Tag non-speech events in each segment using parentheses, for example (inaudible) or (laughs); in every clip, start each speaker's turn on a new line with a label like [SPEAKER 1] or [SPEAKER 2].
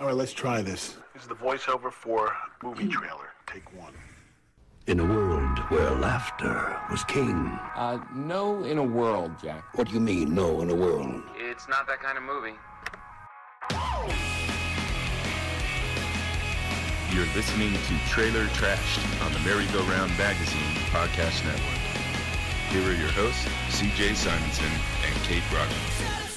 [SPEAKER 1] All right, let's try this. This is the voiceover for movie trailer. Take one.
[SPEAKER 2] In a world where laughter was king.
[SPEAKER 3] Uh, no, in a world, Jack.
[SPEAKER 2] What do you mean, no, in a world?
[SPEAKER 4] It's not that kind of movie.
[SPEAKER 5] You're listening to Trailer Trashed on the Merry-Go-Round Magazine Podcast Network. Here are your hosts, CJ Simonson and Kate Brockman.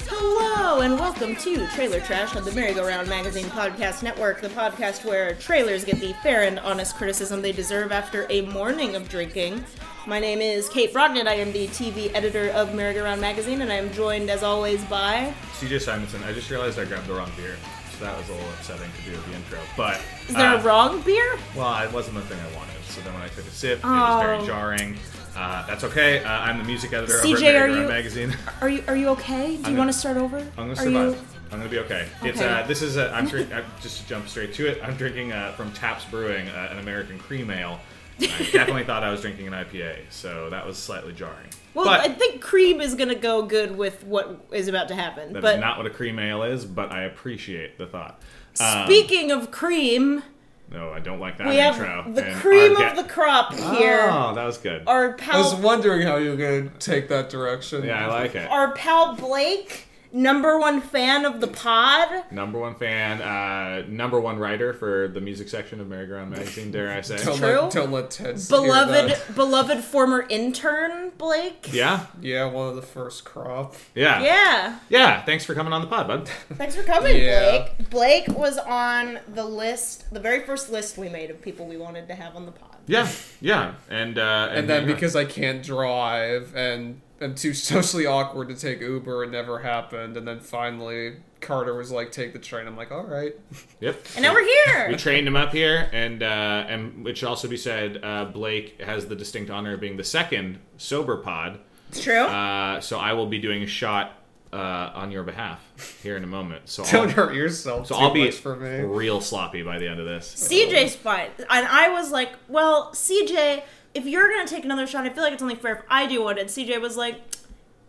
[SPEAKER 6] Hello and welcome to Trailer Trash on the Merry-Go-Round Magazine Podcast Network, the podcast where trailers get the fair and honest criticism they deserve after a morning of drinking. My name is Kate Brodnan. I am the TV editor of Merry-Go-Round Magazine, and I am joined, as always, by
[SPEAKER 7] CJ Simonson, I just realized I grabbed the wrong beer. So that was a little upsetting to do at the intro. But
[SPEAKER 6] is there
[SPEAKER 7] uh,
[SPEAKER 6] a wrong beer?
[SPEAKER 7] Well, it wasn't the thing I wanted. So then when I took a sip, it was
[SPEAKER 6] Oh.
[SPEAKER 7] very jarring. Uh, that's okay. Uh, I'm the music editor
[SPEAKER 6] CJ,
[SPEAKER 7] of Red
[SPEAKER 6] are
[SPEAKER 7] Background
[SPEAKER 6] you-
[SPEAKER 7] Magazine. (laughs)
[SPEAKER 6] Are you Are you okay? Do you
[SPEAKER 7] gonna-
[SPEAKER 6] want to start over?
[SPEAKER 7] I'm
[SPEAKER 6] Are
[SPEAKER 7] gonna survive.
[SPEAKER 6] you-
[SPEAKER 7] I'm gonna be okay. It's
[SPEAKER 6] Okay.
[SPEAKER 7] uh, this is a, I'm drink, uh, just to jump straight to it. I'm drinking uh, from Taps Brewing uh, an American cream ale. I definitely thought I was drinking an IPA, so that was slightly jarring.
[SPEAKER 6] Well,
[SPEAKER 7] but
[SPEAKER 6] I think cream is gonna go good with what is about to happen.
[SPEAKER 7] that is
[SPEAKER 6] but
[SPEAKER 7] not what a cream ale is. But I appreciate the thought. Um,
[SPEAKER 6] speaking of cream,
[SPEAKER 7] No, I don't like that
[SPEAKER 6] we have
[SPEAKER 7] intro.
[SPEAKER 6] the
[SPEAKER 7] and
[SPEAKER 6] cream
[SPEAKER 7] our
[SPEAKER 6] of
[SPEAKER 7] ge-
[SPEAKER 6] the crop here.
[SPEAKER 7] Oh, that was good.
[SPEAKER 6] Our
[SPEAKER 8] I was
[SPEAKER 6] pal
[SPEAKER 8] wondering how you were going to take that direction.
[SPEAKER 7] yeah, I like it.
[SPEAKER 6] our pal Blake, number one fan of the pod.
[SPEAKER 7] Number one fan, uh, number one writer for the music section of Merry-Go-Round magazine. Dare I say?
[SPEAKER 8] Don't
[SPEAKER 6] True.
[SPEAKER 8] let, don't let Ted hear
[SPEAKER 6] Beloved
[SPEAKER 8] that.
[SPEAKER 6] beloved former intern Blake.
[SPEAKER 7] yeah,
[SPEAKER 8] Yeah, one of the first crop.
[SPEAKER 7] yeah,
[SPEAKER 6] Yeah.
[SPEAKER 7] Yeah, Thanks for coming on the pod, bud. (laughs)
[SPEAKER 6] Thanks for coming,
[SPEAKER 8] Yeah.
[SPEAKER 6] Blake. Blake was on the list, the very first list we made of people we wanted to have on the pod.
[SPEAKER 7] Yeah, yeah, and uh,
[SPEAKER 8] And then
[SPEAKER 7] yeah.
[SPEAKER 8] because I can't drive and am too (laughs) socially awkward to take Uber, it never happened. And then finally, Carter was like, "Take the train." I'm like, "All right." (laughs)
[SPEAKER 7] yep,
[SPEAKER 6] And now we're
[SPEAKER 7] we
[SPEAKER 6] here.
[SPEAKER 7] trained him up here, and uh, and it should also be said, uh, Blake has the distinct honor of being the second sober pod.
[SPEAKER 6] It's true.
[SPEAKER 7] Uh, so I will be doing a shot uh, on your behalf here in a moment. So
[SPEAKER 8] Don't
[SPEAKER 7] I'll,
[SPEAKER 8] hurt yourself.
[SPEAKER 7] so
[SPEAKER 8] too
[SPEAKER 7] I'll be
[SPEAKER 8] much for me.
[SPEAKER 7] real sloppy by the end of this.
[SPEAKER 6] CJ's fine. And I was like, well, CJ, if you're going to take another shot, I feel like it's only fair if I do one. And CJ was like,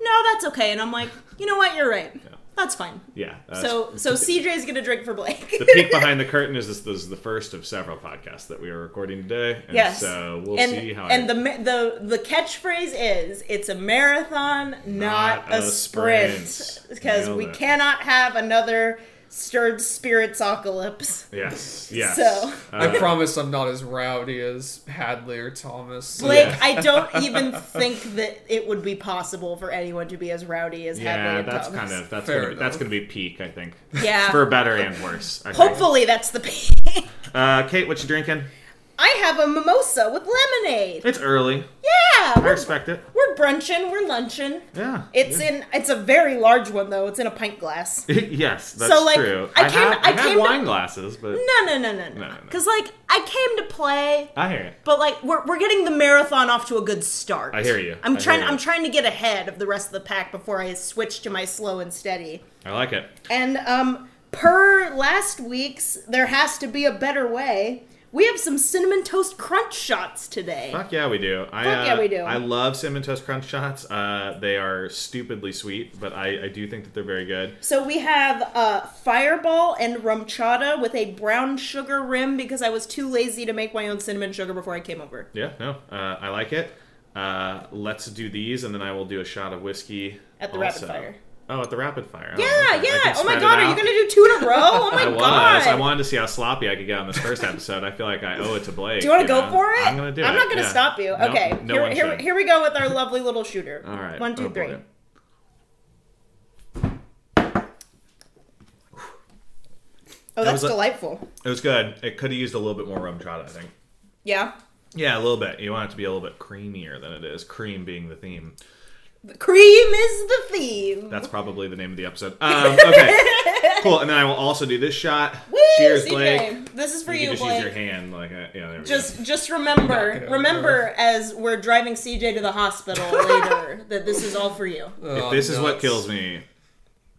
[SPEAKER 6] no, that's okay. And I'm like, you know what? You're right. That's fine.
[SPEAKER 7] Yeah. uh,
[SPEAKER 6] So, so CJ's going to drink for Blake.
[SPEAKER 7] the peek behind the curtain is this, this is the first of several podcasts that we are recording today. And
[SPEAKER 6] Yes.
[SPEAKER 7] So we'll
[SPEAKER 6] and,
[SPEAKER 7] see how.
[SPEAKER 6] And the ma- the the catchphrase is it's a marathon, not,
[SPEAKER 7] Not
[SPEAKER 6] a,
[SPEAKER 7] a
[SPEAKER 6] sprint,
[SPEAKER 7] sprint.
[SPEAKER 6] because
[SPEAKER 7] Nailed
[SPEAKER 6] we
[SPEAKER 7] it.
[SPEAKER 6] cannot have another stirred spirits
[SPEAKER 7] (laughs)
[SPEAKER 6] apocalypse. (laughs)
[SPEAKER 7] yes. Yes.
[SPEAKER 6] So.
[SPEAKER 7] Uh,
[SPEAKER 8] I promise I'm not as rowdy as Hadley or Thomas.
[SPEAKER 6] Blake,
[SPEAKER 7] Yeah.
[SPEAKER 6] I don't
[SPEAKER 7] (laughs)
[SPEAKER 6] even think that it would be possible for anyone to be as rowdy as Hadley
[SPEAKER 7] yeah,
[SPEAKER 6] and
[SPEAKER 7] that's
[SPEAKER 6] Thomas.
[SPEAKER 7] kind of that's
[SPEAKER 8] Fair
[SPEAKER 7] gonna be, that's
[SPEAKER 8] enough.
[SPEAKER 7] gonna be peak, I think.
[SPEAKER 6] Yeah.
[SPEAKER 7] For better and worse. I think.
[SPEAKER 6] Hopefully, that's the peak.
[SPEAKER 7] Uh, Kate, what you drinking?
[SPEAKER 6] (laughs) I have a mimosa with lemonade.
[SPEAKER 7] It's early.
[SPEAKER 6] Yeah,
[SPEAKER 7] I
[SPEAKER 6] we're,
[SPEAKER 7] respect it.
[SPEAKER 6] we're brunching, we're lunching.
[SPEAKER 7] Yeah.
[SPEAKER 6] It's
[SPEAKER 7] yeah.
[SPEAKER 6] in. It's a very large one though. It's in a pint glass.
[SPEAKER 7] (laughs) yes, that's
[SPEAKER 6] So, like,
[SPEAKER 7] true.
[SPEAKER 6] I
[SPEAKER 7] I,
[SPEAKER 6] came-
[SPEAKER 7] have,
[SPEAKER 6] I
[SPEAKER 7] I have
[SPEAKER 6] came to-
[SPEAKER 7] wine glasses, but
[SPEAKER 6] No, no, no, no,
[SPEAKER 7] No, no,
[SPEAKER 6] no.
[SPEAKER 7] no.
[SPEAKER 6] Because like I came to play,
[SPEAKER 7] I hear it.
[SPEAKER 6] but like we're, we're getting the marathon off to a good start.
[SPEAKER 7] I hear you.
[SPEAKER 6] I'm
[SPEAKER 7] I
[SPEAKER 6] trying.
[SPEAKER 7] hear you.
[SPEAKER 6] I'm trying to get ahead of the rest of the pack before I switch to my slow and steady.
[SPEAKER 7] I like it.
[SPEAKER 6] And um, per last week's, there has to be a better way. We have some cinnamon toast crunch shots today.
[SPEAKER 7] Fuck yeah, we do. I,
[SPEAKER 6] Fuck yeah,
[SPEAKER 7] uh,
[SPEAKER 6] we do.
[SPEAKER 7] I love cinnamon toast crunch shots. Uh, they are stupidly sweet, but I, I do think that they're very good.
[SPEAKER 6] So we have uh, Fireball and Rum Chata with a brown sugar rim because I was too lazy to make my own cinnamon sugar before I came over.
[SPEAKER 7] Yeah, no, uh, I like it. Uh, let's do these, and then I will do a shot of whiskey
[SPEAKER 6] At the
[SPEAKER 7] also.
[SPEAKER 6] rapid fire.
[SPEAKER 7] Oh, at the rapid fire. Oh,
[SPEAKER 6] Yeah,
[SPEAKER 7] okay. I
[SPEAKER 6] yeah.
[SPEAKER 7] can
[SPEAKER 6] Oh my
[SPEAKER 7] spread it
[SPEAKER 6] god, are you
[SPEAKER 7] out.
[SPEAKER 6] gonna do two in
[SPEAKER 7] (laughs)
[SPEAKER 6] a row? Oh my
[SPEAKER 7] I was.
[SPEAKER 6] god.
[SPEAKER 7] I wanted to see how sloppy I could get on this first episode. I feel like I owe it to Blake.
[SPEAKER 6] do you want to go
[SPEAKER 7] know?
[SPEAKER 6] for it?
[SPEAKER 7] I'm gonna do it.
[SPEAKER 6] I'm not gonna
[SPEAKER 7] yeah.
[SPEAKER 6] stop you.
[SPEAKER 7] No-
[SPEAKER 6] Okay.
[SPEAKER 7] No,
[SPEAKER 6] here,
[SPEAKER 7] one
[SPEAKER 6] here,
[SPEAKER 7] should.
[SPEAKER 6] here we go with our lovely little shooter.
[SPEAKER 7] All right.
[SPEAKER 6] One, two,
[SPEAKER 7] Oh,
[SPEAKER 6] three.
[SPEAKER 7] boy.
[SPEAKER 6] Oh, that's
[SPEAKER 7] was a-
[SPEAKER 6] delightful.
[SPEAKER 7] It was good. It could have used a little bit more rum chata, I think. (laughs)
[SPEAKER 6] Yeah.
[SPEAKER 7] Yeah, a little bit. You want it to be a little bit creamier than it is. Cream being the theme.
[SPEAKER 6] Cream is the theme.
[SPEAKER 7] That's probably the name of the episode. Um, okay.
[SPEAKER 6] (laughs)
[SPEAKER 7] cool. And then I will also do this shot.
[SPEAKER 6] Woo,
[SPEAKER 7] Cheers,
[SPEAKER 6] CJ.
[SPEAKER 7] Blake.
[SPEAKER 6] This is for
[SPEAKER 7] You
[SPEAKER 6] you,
[SPEAKER 7] can just
[SPEAKER 6] Blake.
[SPEAKER 7] use your hand, like uh, yeah. There we
[SPEAKER 6] Just, just
[SPEAKER 8] Knock it
[SPEAKER 6] remember,
[SPEAKER 8] over.
[SPEAKER 6] remember, as we're driving CJ to the
[SPEAKER 7] (laughs)
[SPEAKER 6] hospital later, that this is all for you.
[SPEAKER 7] go. If this is what kills me.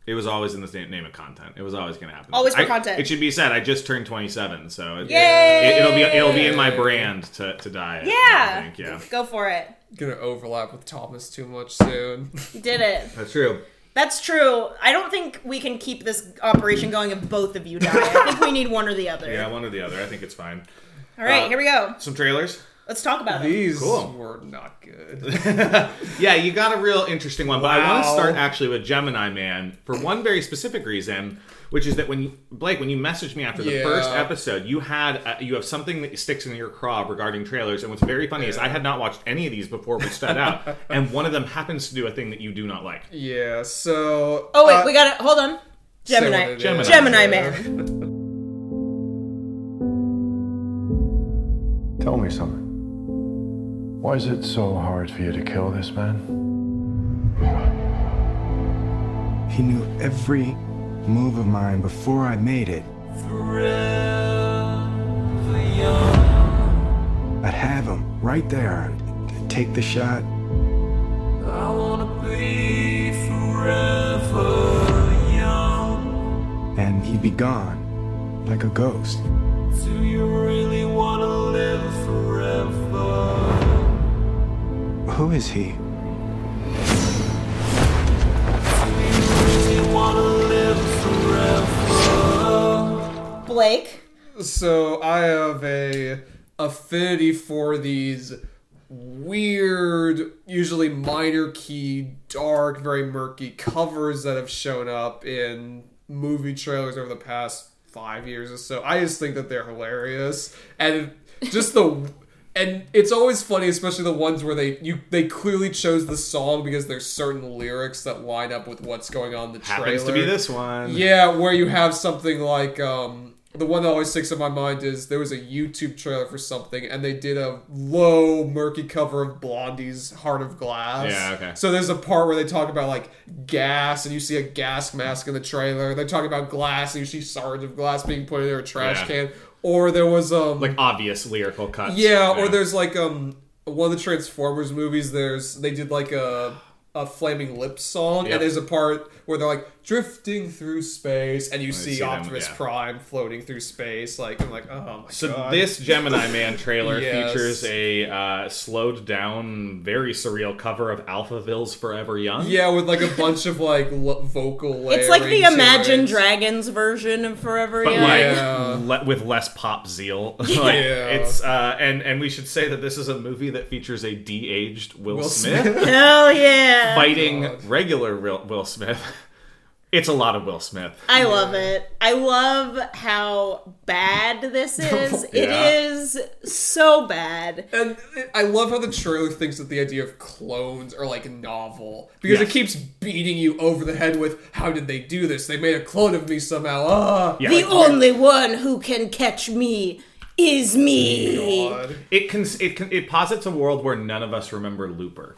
[SPEAKER 7] It was always in the same name of content. It was always going to happen.
[SPEAKER 6] Always for
[SPEAKER 7] I-
[SPEAKER 6] content.
[SPEAKER 7] It should be said. I just turned 27, so it,
[SPEAKER 6] Yay!
[SPEAKER 7] it, will be it'll be in my brand to, to die. at, I
[SPEAKER 6] Yeah.
[SPEAKER 7] think, yeah.
[SPEAKER 6] Go for it.
[SPEAKER 8] Gonna overlap with Thomas too much soon. (laughs)
[SPEAKER 6] You did it.
[SPEAKER 7] That's true.
[SPEAKER 6] That's true. I don't think we can keep this operation going if both of you die. I think we need one or the other.
[SPEAKER 7] (laughs) Yeah, one or the other. I think it's fine.
[SPEAKER 6] All right,
[SPEAKER 7] Uh,
[SPEAKER 6] here we go.
[SPEAKER 7] Some trailers.
[SPEAKER 6] Let's talk about it.
[SPEAKER 8] These
[SPEAKER 7] Cool.
[SPEAKER 8] were not good. (laughs)
[SPEAKER 7] Yeah, you got a real interesting one, but I want to
[SPEAKER 8] Wow.
[SPEAKER 7] start actually with Gemini Man for one very specific reason, which is that when Blake, when you messaged me after the
[SPEAKER 8] Yeah.
[SPEAKER 7] first episode, you had uh you have something that sticks in your craw regarding trailers, and what's very funny is I had not watched any of these before we
[SPEAKER 8] (laughs)
[SPEAKER 7] started out, and one of them happens to do a thing that you do not like.
[SPEAKER 8] yeah, so.
[SPEAKER 6] Oh wait,
[SPEAKER 8] uh,
[SPEAKER 6] we got to Hold on.
[SPEAKER 8] say what
[SPEAKER 6] Gemini.
[SPEAKER 8] it is.
[SPEAKER 7] Gemini.
[SPEAKER 6] Gemini Man.
[SPEAKER 4] Tell me something. Why is it so hard for you to kill this man?
[SPEAKER 9] He knew every move of mine before I made it. I'd have him right there. I'd take the shot. And he'd be gone, like a ghost. Who is he?
[SPEAKER 6] Blake.
[SPEAKER 8] So I have a affinity for these weird, usually minor key, dark, very murky covers that have shown up in movie trailers over the past five years or so. I just think that they're hilarious, and just the and it's always funny, especially the ones where they you they clearly chose the song because there's certain lyrics that line up with what's going on in the trailer.
[SPEAKER 7] Happens to be this one.
[SPEAKER 8] Yeah, where you have something like um, the one that always sticks in my mind is there was a YouTube trailer for something, and they did a low, murky cover of Blondie's "Heart of Glass."
[SPEAKER 7] Yeah, okay.
[SPEAKER 8] So there's a part where they talk about like gas, and you see a gas mask in the trailer. They talk about glass, and you see shards of glass being put in a trash
[SPEAKER 7] Yeah.
[SPEAKER 8] can. Or there was um,
[SPEAKER 7] Like obvious lyrical cuts.
[SPEAKER 8] yeah, or there's like um one of the Transformers movies. There's they did like a a flaming lips song,
[SPEAKER 7] Yep.
[SPEAKER 8] and there's a part where they're like drfting through space, and you see,
[SPEAKER 7] see them,
[SPEAKER 8] Optimus
[SPEAKER 7] yeah.
[SPEAKER 8] Prime floating through space. Like I'm like, oh my
[SPEAKER 7] So
[SPEAKER 8] god.
[SPEAKER 7] this Gemini Man
[SPEAKER 8] (laughs)
[SPEAKER 7] trailer
[SPEAKER 8] Yes.
[SPEAKER 7] features a uh, slowed down, very surreal cover of Alphaville's "Forever Young."
[SPEAKER 8] yeah, with like a bunch of like lo- vocal. Layering
[SPEAKER 6] It's like the
[SPEAKER 8] to
[SPEAKER 6] Imagine
[SPEAKER 8] it.
[SPEAKER 6] Dragons version of Forever
[SPEAKER 7] but
[SPEAKER 6] Young.
[SPEAKER 7] like
[SPEAKER 8] Yeah.
[SPEAKER 7] le- with less pop zeal. (laughs) like,
[SPEAKER 8] Yeah.
[SPEAKER 7] It's uh, and and we should say that this is a movie that features a de-aged Will,
[SPEAKER 8] Will
[SPEAKER 7] Smith,
[SPEAKER 6] Hell yeah.
[SPEAKER 7] fighting regular Will, Will Smith. (laughs) It's a lot of Will Smith.
[SPEAKER 6] I love it. I love how bad this is.
[SPEAKER 7] Yeah.
[SPEAKER 6] It is so bad.
[SPEAKER 8] And I love how the trailer thinks that the idea of clones are like novel because
[SPEAKER 7] Yes.
[SPEAKER 8] it keeps beating you over the head with how did they do this? They made a clone of me somehow. Ah,
[SPEAKER 7] Yeah,
[SPEAKER 6] The
[SPEAKER 7] like,
[SPEAKER 6] only one who can catch me is me.
[SPEAKER 8] God.
[SPEAKER 7] it can it can it posits a world where none of us remember Looper.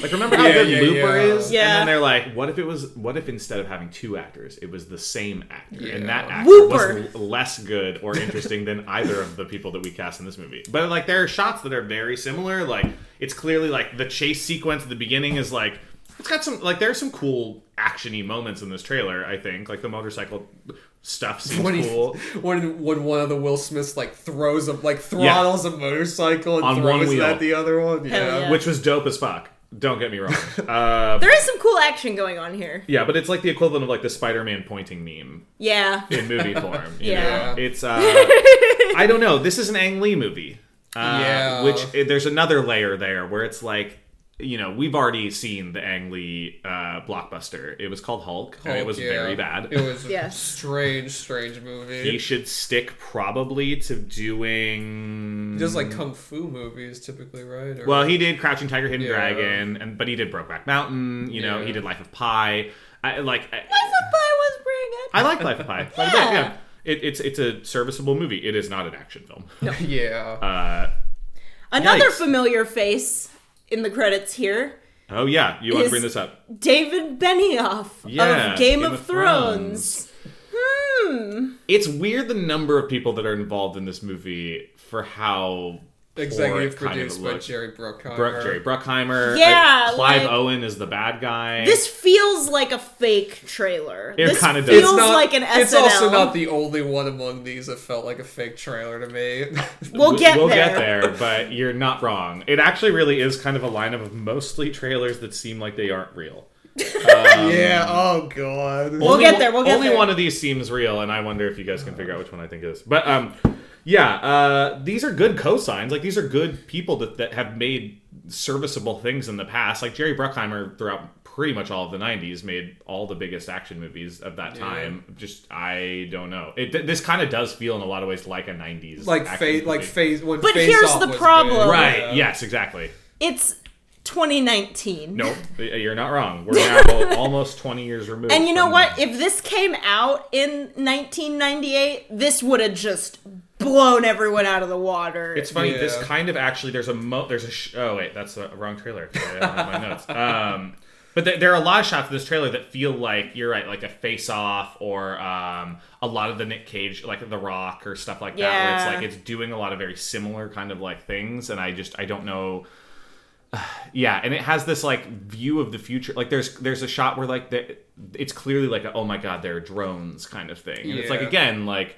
[SPEAKER 7] Like remember how
[SPEAKER 8] Yeah,
[SPEAKER 7] good
[SPEAKER 8] yeah,
[SPEAKER 7] Looper
[SPEAKER 8] yeah.
[SPEAKER 7] is,
[SPEAKER 6] Yeah.
[SPEAKER 7] and then they're like, "What if it was? What if instead of having two actors, it was the same actor, and that actor
[SPEAKER 6] Whooper.
[SPEAKER 7] was l- less good or interesting than either of the people that we cast in this movie?" But like, there are shots that are very similar. Like, it's clearly like the chase sequence at the beginning is like it's got some like there are some cool actiony moments in this trailer. I think like the motorcycle stuff seems
[SPEAKER 8] when he,
[SPEAKER 7] cool.
[SPEAKER 8] when when one of the Will Smiths like throws a like throttles a motorcycle and
[SPEAKER 7] On one
[SPEAKER 8] throws it
[SPEAKER 7] wheel.
[SPEAKER 8] at the other one. Yeah.
[SPEAKER 6] yeah.
[SPEAKER 7] Which was dope as fuck. Don't get
[SPEAKER 8] (laughs)
[SPEAKER 7] me wrong.
[SPEAKER 6] There is some cool action going on here.
[SPEAKER 7] Yeah, but it's like the equivalent of like the Spider-Man pointing meme
[SPEAKER 6] Yeah.
[SPEAKER 7] in movie form. you
[SPEAKER 6] Yeah.
[SPEAKER 7] know?
[SPEAKER 6] (laughs)
[SPEAKER 7] it's uh, I don't know. This is an Ang Lee movie. Uh,
[SPEAKER 8] Yeah.
[SPEAKER 7] which eh, there's another layer there where it's like. You know, we've already seen the Ang Lee uh, blockbuster. It was called Hulk, and it
[SPEAKER 8] Hulk,
[SPEAKER 7] was
[SPEAKER 8] yeah.
[SPEAKER 7] very bad.
[SPEAKER 8] It was a
[SPEAKER 6] Yes.
[SPEAKER 8] strange, strange
[SPEAKER 7] he
[SPEAKER 8] movie.
[SPEAKER 7] should stick probably to doing.
[SPEAKER 8] Just like kung fu movies typically, right? Or,
[SPEAKER 7] Well, he did Crouching Tiger, Hidden
[SPEAKER 8] Yeah.
[SPEAKER 7] Dragon, and but he did Brokeback Mountain. You know,
[SPEAKER 8] Yeah.
[SPEAKER 7] he did Life of Pi. I like. I-
[SPEAKER 6] I thought Pie was pretty good.
[SPEAKER 7] I like Life of Pi. quite a bit,
[SPEAKER 6] Yeah.
[SPEAKER 7] yeah. It, it's it's a serviceable movie. It is not an action film.
[SPEAKER 8] (laughs) yeah.
[SPEAKER 7] Uh,
[SPEAKER 6] Another
[SPEAKER 7] Yikes.
[SPEAKER 6] familiar face in the credits here
[SPEAKER 7] oh yeah, you want
[SPEAKER 6] Is-
[SPEAKER 7] to bring this up?
[SPEAKER 6] David Benioff
[SPEAKER 7] Yeah,
[SPEAKER 6] of Game,
[SPEAKER 7] Game
[SPEAKER 6] of,
[SPEAKER 7] of
[SPEAKER 6] Thrones. Hmm.
[SPEAKER 7] It's weird the number of people that are involved in this movie for how poor
[SPEAKER 8] Executive
[SPEAKER 7] it kind of
[SPEAKER 8] produced by
[SPEAKER 7] looked.
[SPEAKER 8] Jerry Bruckheimer.
[SPEAKER 7] Bru- Jerry Bruckheimer.
[SPEAKER 6] Yeah,
[SPEAKER 7] uh, Clive
[SPEAKER 6] like-
[SPEAKER 7] Owen is the bad guy.
[SPEAKER 6] This feels like a fake trailer.
[SPEAKER 7] It
[SPEAKER 6] this
[SPEAKER 7] kinda does.
[SPEAKER 6] feels
[SPEAKER 8] It's not-
[SPEAKER 6] like an SNL.
[SPEAKER 8] It's also not the only one among these that felt like a fake trailer to me. (laughs)
[SPEAKER 6] we'll get
[SPEAKER 7] we'll
[SPEAKER 6] there.
[SPEAKER 7] get there, but you're not wrong. It actually really is kind of a lineup of mostly trailers that seem like they aren't real.
[SPEAKER 8] yeah. Oh god.
[SPEAKER 6] We'll
[SPEAKER 7] Only
[SPEAKER 6] get
[SPEAKER 7] one-
[SPEAKER 6] there, we'll get
[SPEAKER 7] only
[SPEAKER 6] there.
[SPEAKER 7] one of these seems real, and I wonder if you guys can figure out which one I think is. But um, yeah, uh, these are good cosigns. Like these are good people that, that have made serviceable things in the past. Like Jerry Bruckheimer throughout pretty much all of the '90s made all the biggest action movies of that time. Just I don't know. It, th- this kind of does feel in a lot of ways like a '90s
[SPEAKER 8] Like
[SPEAKER 7] action
[SPEAKER 8] face, like
[SPEAKER 7] movie.
[SPEAKER 8] face. When
[SPEAKER 6] But
[SPEAKER 8] face
[SPEAKER 6] here's
[SPEAKER 8] Off
[SPEAKER 6] the
[SPEAKER 8] was
[SPEAKER 6] problem.
[SPEAKER 8] big.
[SPEAKER 7] Right. Yes. Exactly.
[SPEAKER 6] It's 2019. (laughs)
[SPEAKER 7] Nope. You're not wrong. We're now almost 20 years removed.
[SPEAKER 6] And you know
[SPEAKER 7] from
[SPEAKER 6] what? If this came out in 1998, this would have just blown everyone out of the water.
[SPEAKER 7] It's funny. This
[SPEAKER 8] Yeah.
[SPEAKER 7] kind of actually there's a mo- there's a sh- oh wait that's the wrong trailer. Sorry, I don't have my notes. Um, but there, there are a lot of shots in this trailer that feel like you're right, like a face off or um, a lot of the Nick Cage, like The Rock or stuff like that. Where
[SPEAKER 6] Yeah.
[SPEAKER 7] it's like it's doing a lot of very similar kind of like things, and I just I don't know. Yeah, and it has this like view of the future. Like there's there's a shot where like the, it's clearly like a, oh my god, there are drones kind of thing. And it's like
[SPEAKER 8] Yeah.
[SPEAKER 7] again like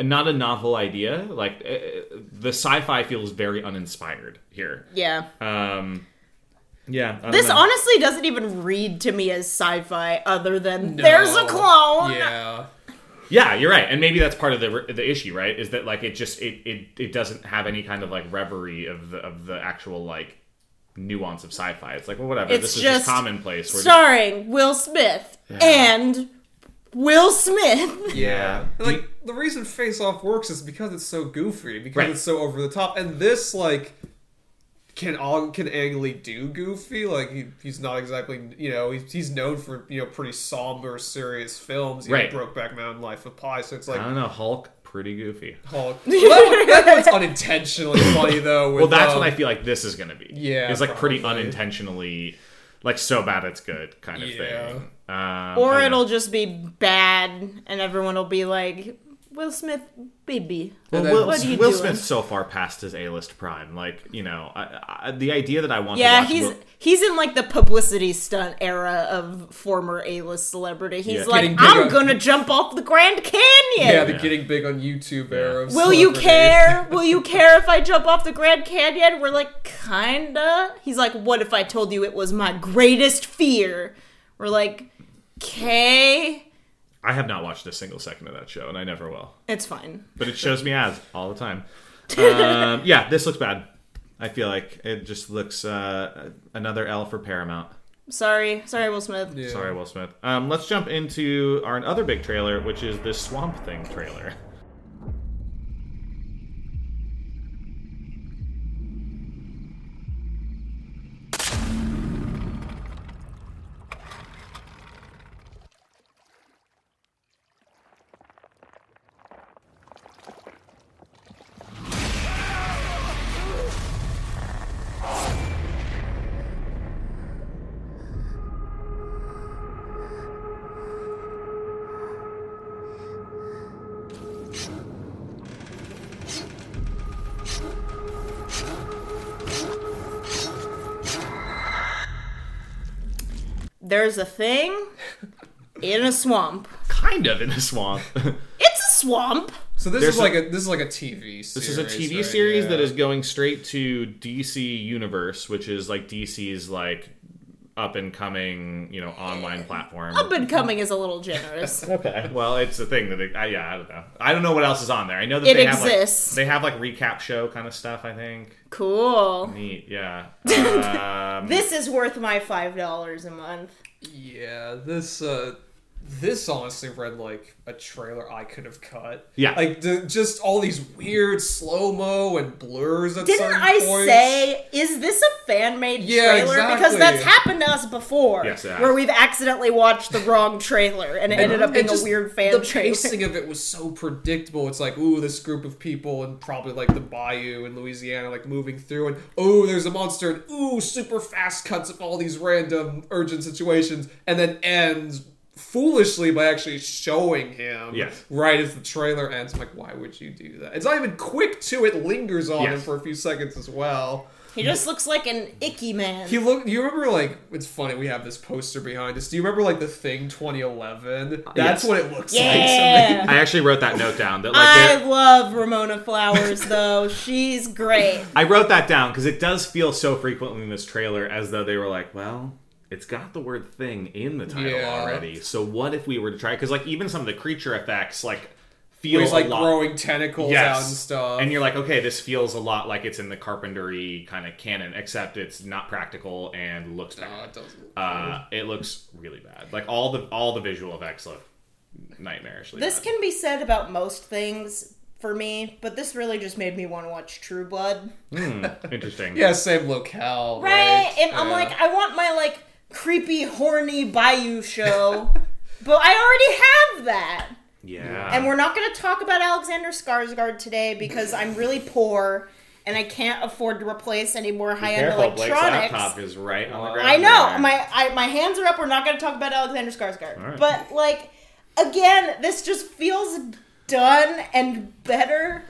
[SPEAKER 7] not a novel idea. Like uh, the sci-fi feels very uninspired here.
[SPEAKER 6] yeah.
[SPEAKER 7] Um yeah. I don't
[SPEAKER 6] This
[SPEAKER 7] know.
[SPEAKER 6] honestly doesn't even read to me as sci-fi other than there's a clone.
[SPEAKER 8] Yeah.
[SPEAKER 7] Yeah, you're right. And maybe that's part of the the issue, right? Is that like it just it it, it doesn't have any kind of like reverie of the of the actual like nuance of sci-fi. It's like, well whatever.
[SPEAKER 6] It's
[SPEAKER 7] this is
[SPEAKER 6] just-
[SPEAKER 7] just commonplace. We're just-
[SPEAKER 6] Starring Will Smith and Will
[SPEAKER 7] (laughs)
[SPEAKER 6] Smith.
[SPEAKER 8] Yeah. And, like the reason Face Off works is because it's so goofy, because
[SPEAKER 7] Right.
[SPEAKER 8] it's so over the top, and this like can all can Ang Lee do goofy? Like he, he's not exactly you know he's, he's known for you know pretty somber, serious films. You
[SPEAKER 7] Right.
[SPEAKER 8] Know, Brokeback Mountain, Life of Pi. So it's like
[SPEAKER 7] I don't know, Hulk pretty goofy.
[SPEAKER 8] Hulk. (laughs) Well, that, one, that one's unintentionally funny though. um,
[SPEAKER 7] Well, that's what I feel like this is going to be.
[SPEAKER 8] Yeah,
[SPEAKER 7] it's like pretty
[SPEAKER 8] probably.
[SPEAKER 7] unintentionally, like so bad it's good kind of
[SPEAKER 8] Yeah.
[SPEAKER 7] thing.
[SPEAKER 6] Or
[SPEAKER 7] Um, I don't know.
[SPEAKER 6] it'll just be bad and everyone will be like, Will Smith, baby.
[SPEAKER 7] Well,
[SPEAKER 8] then-
[SPEAKER 7] Will,
[SPEAKER 6] What are you
[SPEAKER 7] Will
[SPEAKER 6] doing?
[SPEAKER 7] Smith's so far past his A-list prime. Like you know, I, I, the idea that I want to
[SPEAKER 6] Yeah,
[SPEAKER 7] watch
[SPEAKER 6] he's
[SPEAKER 7] Will-
[SPEAKER 6] he's in like the publicity stunt era of former A-list celebrity. He's
[SPEAKER 7] Yeah.
[SPEAKER 6] like,
[SPEAKER 8] Getting big
[SPEAKER 6] I'm
[SPEAKER 8] on-
[SPEAKER 6] gonna jump off the Grand Canyon.
[SPEAKER 8] Yeah, the getting big on YouTube era. of
[SPEAKER 6] Will you
[SPEAKER 8] celebrity.
[SPEAKER 6] care? Will you care if I jump off the Grand Canyon? We're like, kinda. He's like, what if I told you it was my greatest fear? We're like, okay,
[SPEAKER 7] I have not watched a single second of that show, and I never will.
[SPEAKER 6] it's fine.
[SPEAKER 7] But it shows me as all
[SPEAKER 6] (laughs)
[SPEAKER 7] the time. Um, yeah, this looks bad. I feel like it just looks uh, another L for Paramount.
[SPEAKER 6] Sorry, sorry, Will Smith.
[SPEAKER 7] Sorry, Will Smith. Um, let's jump into our other big trailer, which is this Swamp Thing trailer.
[SPEAKER 6] There's a thing in a swamp.
[SPEAKER 7] Kind of in (laughs) a swamp.
[SPEAKER 6] It's a swamp.
[SPEAKER 8] So this
[SPEAKER 7] There's
[SPEAKER 8] is like a this is like a TV. Series,
[SPEAKER 7] This is a TV
[SPEAKER 8] right?
[SPEAKER 7] series
[SPEAKER 8] Yeah.
[SPEAKER 7] that is going straight to DC Universe, which is like DC's like up and coming, you know, online platform.
[SPEAKER 6] Up and coming is a little generous.
[SPEAKER 7] Okay. Well, it's a thing that it, I, yeah, I don't know. I don't know what else is on there. I know that
[SPEAKER 6] It
[SPEAKER 7] they
[SPEAKER 6] exists.
[SPEAKER 7] have like, they have like recap show kind of stuff. I think
[SPEAKER 6] cool.
[SPEAKER 7] neat. Yeah. Um,
[SPEAKER 6] This is worth my five dollars a month.
[SPEAKER 8] Yeah, this uh this honestly read like a trailer I could have cut.
[SPEAKER 7] Yeah.
[SPEAKER 8] like the, just all these weird slow mo and blurs. At
[SPEAKER 6] Didn't
[SPEAKER 8] certain
[SPEAKER 6] I
[SPEAKER 8] points.
[SPEAKER 6] say, is this a fan made
[SPEAKER 8] Yeah,
[SPEAKER 6] trailer? Because
[SPEAKER 8] exactly.
[SPEAKER 6] that's happened to us before.
[SPEAKER 7] Yes, it has.
[SPEAKER 6] where we've accidentally watched the wrong trailer and it ended up
[SPEAKER 8] And
[SPEAKER 6] being a
[SPEAKER 8] just
[SPEAKER 6] weird fan (laughs)
[SPEAKER 8] The
[SPEAKER 6] trailer.
[SPEAKER 8] pacing of it was so predictable. It's like, ooh, this group of people and probably like the bayou in Louisiana, like moving through, and oh, there's a monster, and ooh, super fast cuts of all these random urgent situations, and then ends foolishly by actually showing him
[SPEAKER 7] Yes.
[SPEAKER 8] right as the trailer ends. I'm like, why would you do that? It's not even quick too. It lingers on
[SPEAKER 7] Yes.
[SPEAKER 8] him for a few seconds as well.
[SPEAKER 6] He just looks like an icky man.
[SPEAKER 8] He looked. You remember, like it's funny. We have this poster behind us. Do you remember, like the thing 2011? That's
[SPEAKER 7] Yes.
[SPEAKER 8] what it looks like. to me.
[SPEAKER 6] yeah.
[SPEAKER 7] I actually wrote that note down. That like
[SPEAKER 6] I
[SPEAKER 7] they're-
[SPEAKER 6] love Ramona Flowers though. She's great.
[SPEAKER 7] I wrote that down because it does feel so frequently in this trailer as though they were like, well, it's got the word thing in the title
[SPEAKER 8] Yeah.
[SPEAKER 7] already. So what if we were to try? Because like even some of the creature effects like feel
[SPEAKER 8] He's like
[SPEAKER 7] a lot-
[SPEAKER 8] growing tentacles out and stuff.
[SPEAKER 7] and you're like, okay, this feels a lot like it's in the carpentry kind of canon, except it's not practical and looks
[SPEAKER 8] Oh, it
[SPEAKER 7] bad.
[SPEAKER 8] doesn't.
[SPEAKER 7] uh, it looks really bad. Like all the all the visual effects look nightmarishly.
[SPEAKER 6] This
[SPEAKER 7] bad.
[SPEAKER 6] can be said about most things for me, but this really just made me want to watch True Blood.
[SPEAKER 7] interesting.
[SPEAKER 8] yeah, same locale. Right.
[SPEAKER 6] Right? And I'm
[SPEAKER 8] Yeah.
[SPEAKER 6] like, I want my like creepy, horny bayou show. (laughs) but I already have that.
[SPEAKER 7] yeah.
[SPEAKER 6] And we're not going to talk about Alexander Skarsgård today because I'm really poor and I can't afford to replace any more
[SPEAKER 7] Be
[SPEAKER 6] high-end
[SPEAKER 7] careful, Blake's
[SPEAKER 6] electronics.
[SPEAKER 7] laptop is right on the ground.
[SPEAKER 6] I know
[SPEAKER 7] there.
[SPEAKER 6] my I, my hands are up. We're not going to talk about Alexander Skarsgård, but like again, this just feels done and better.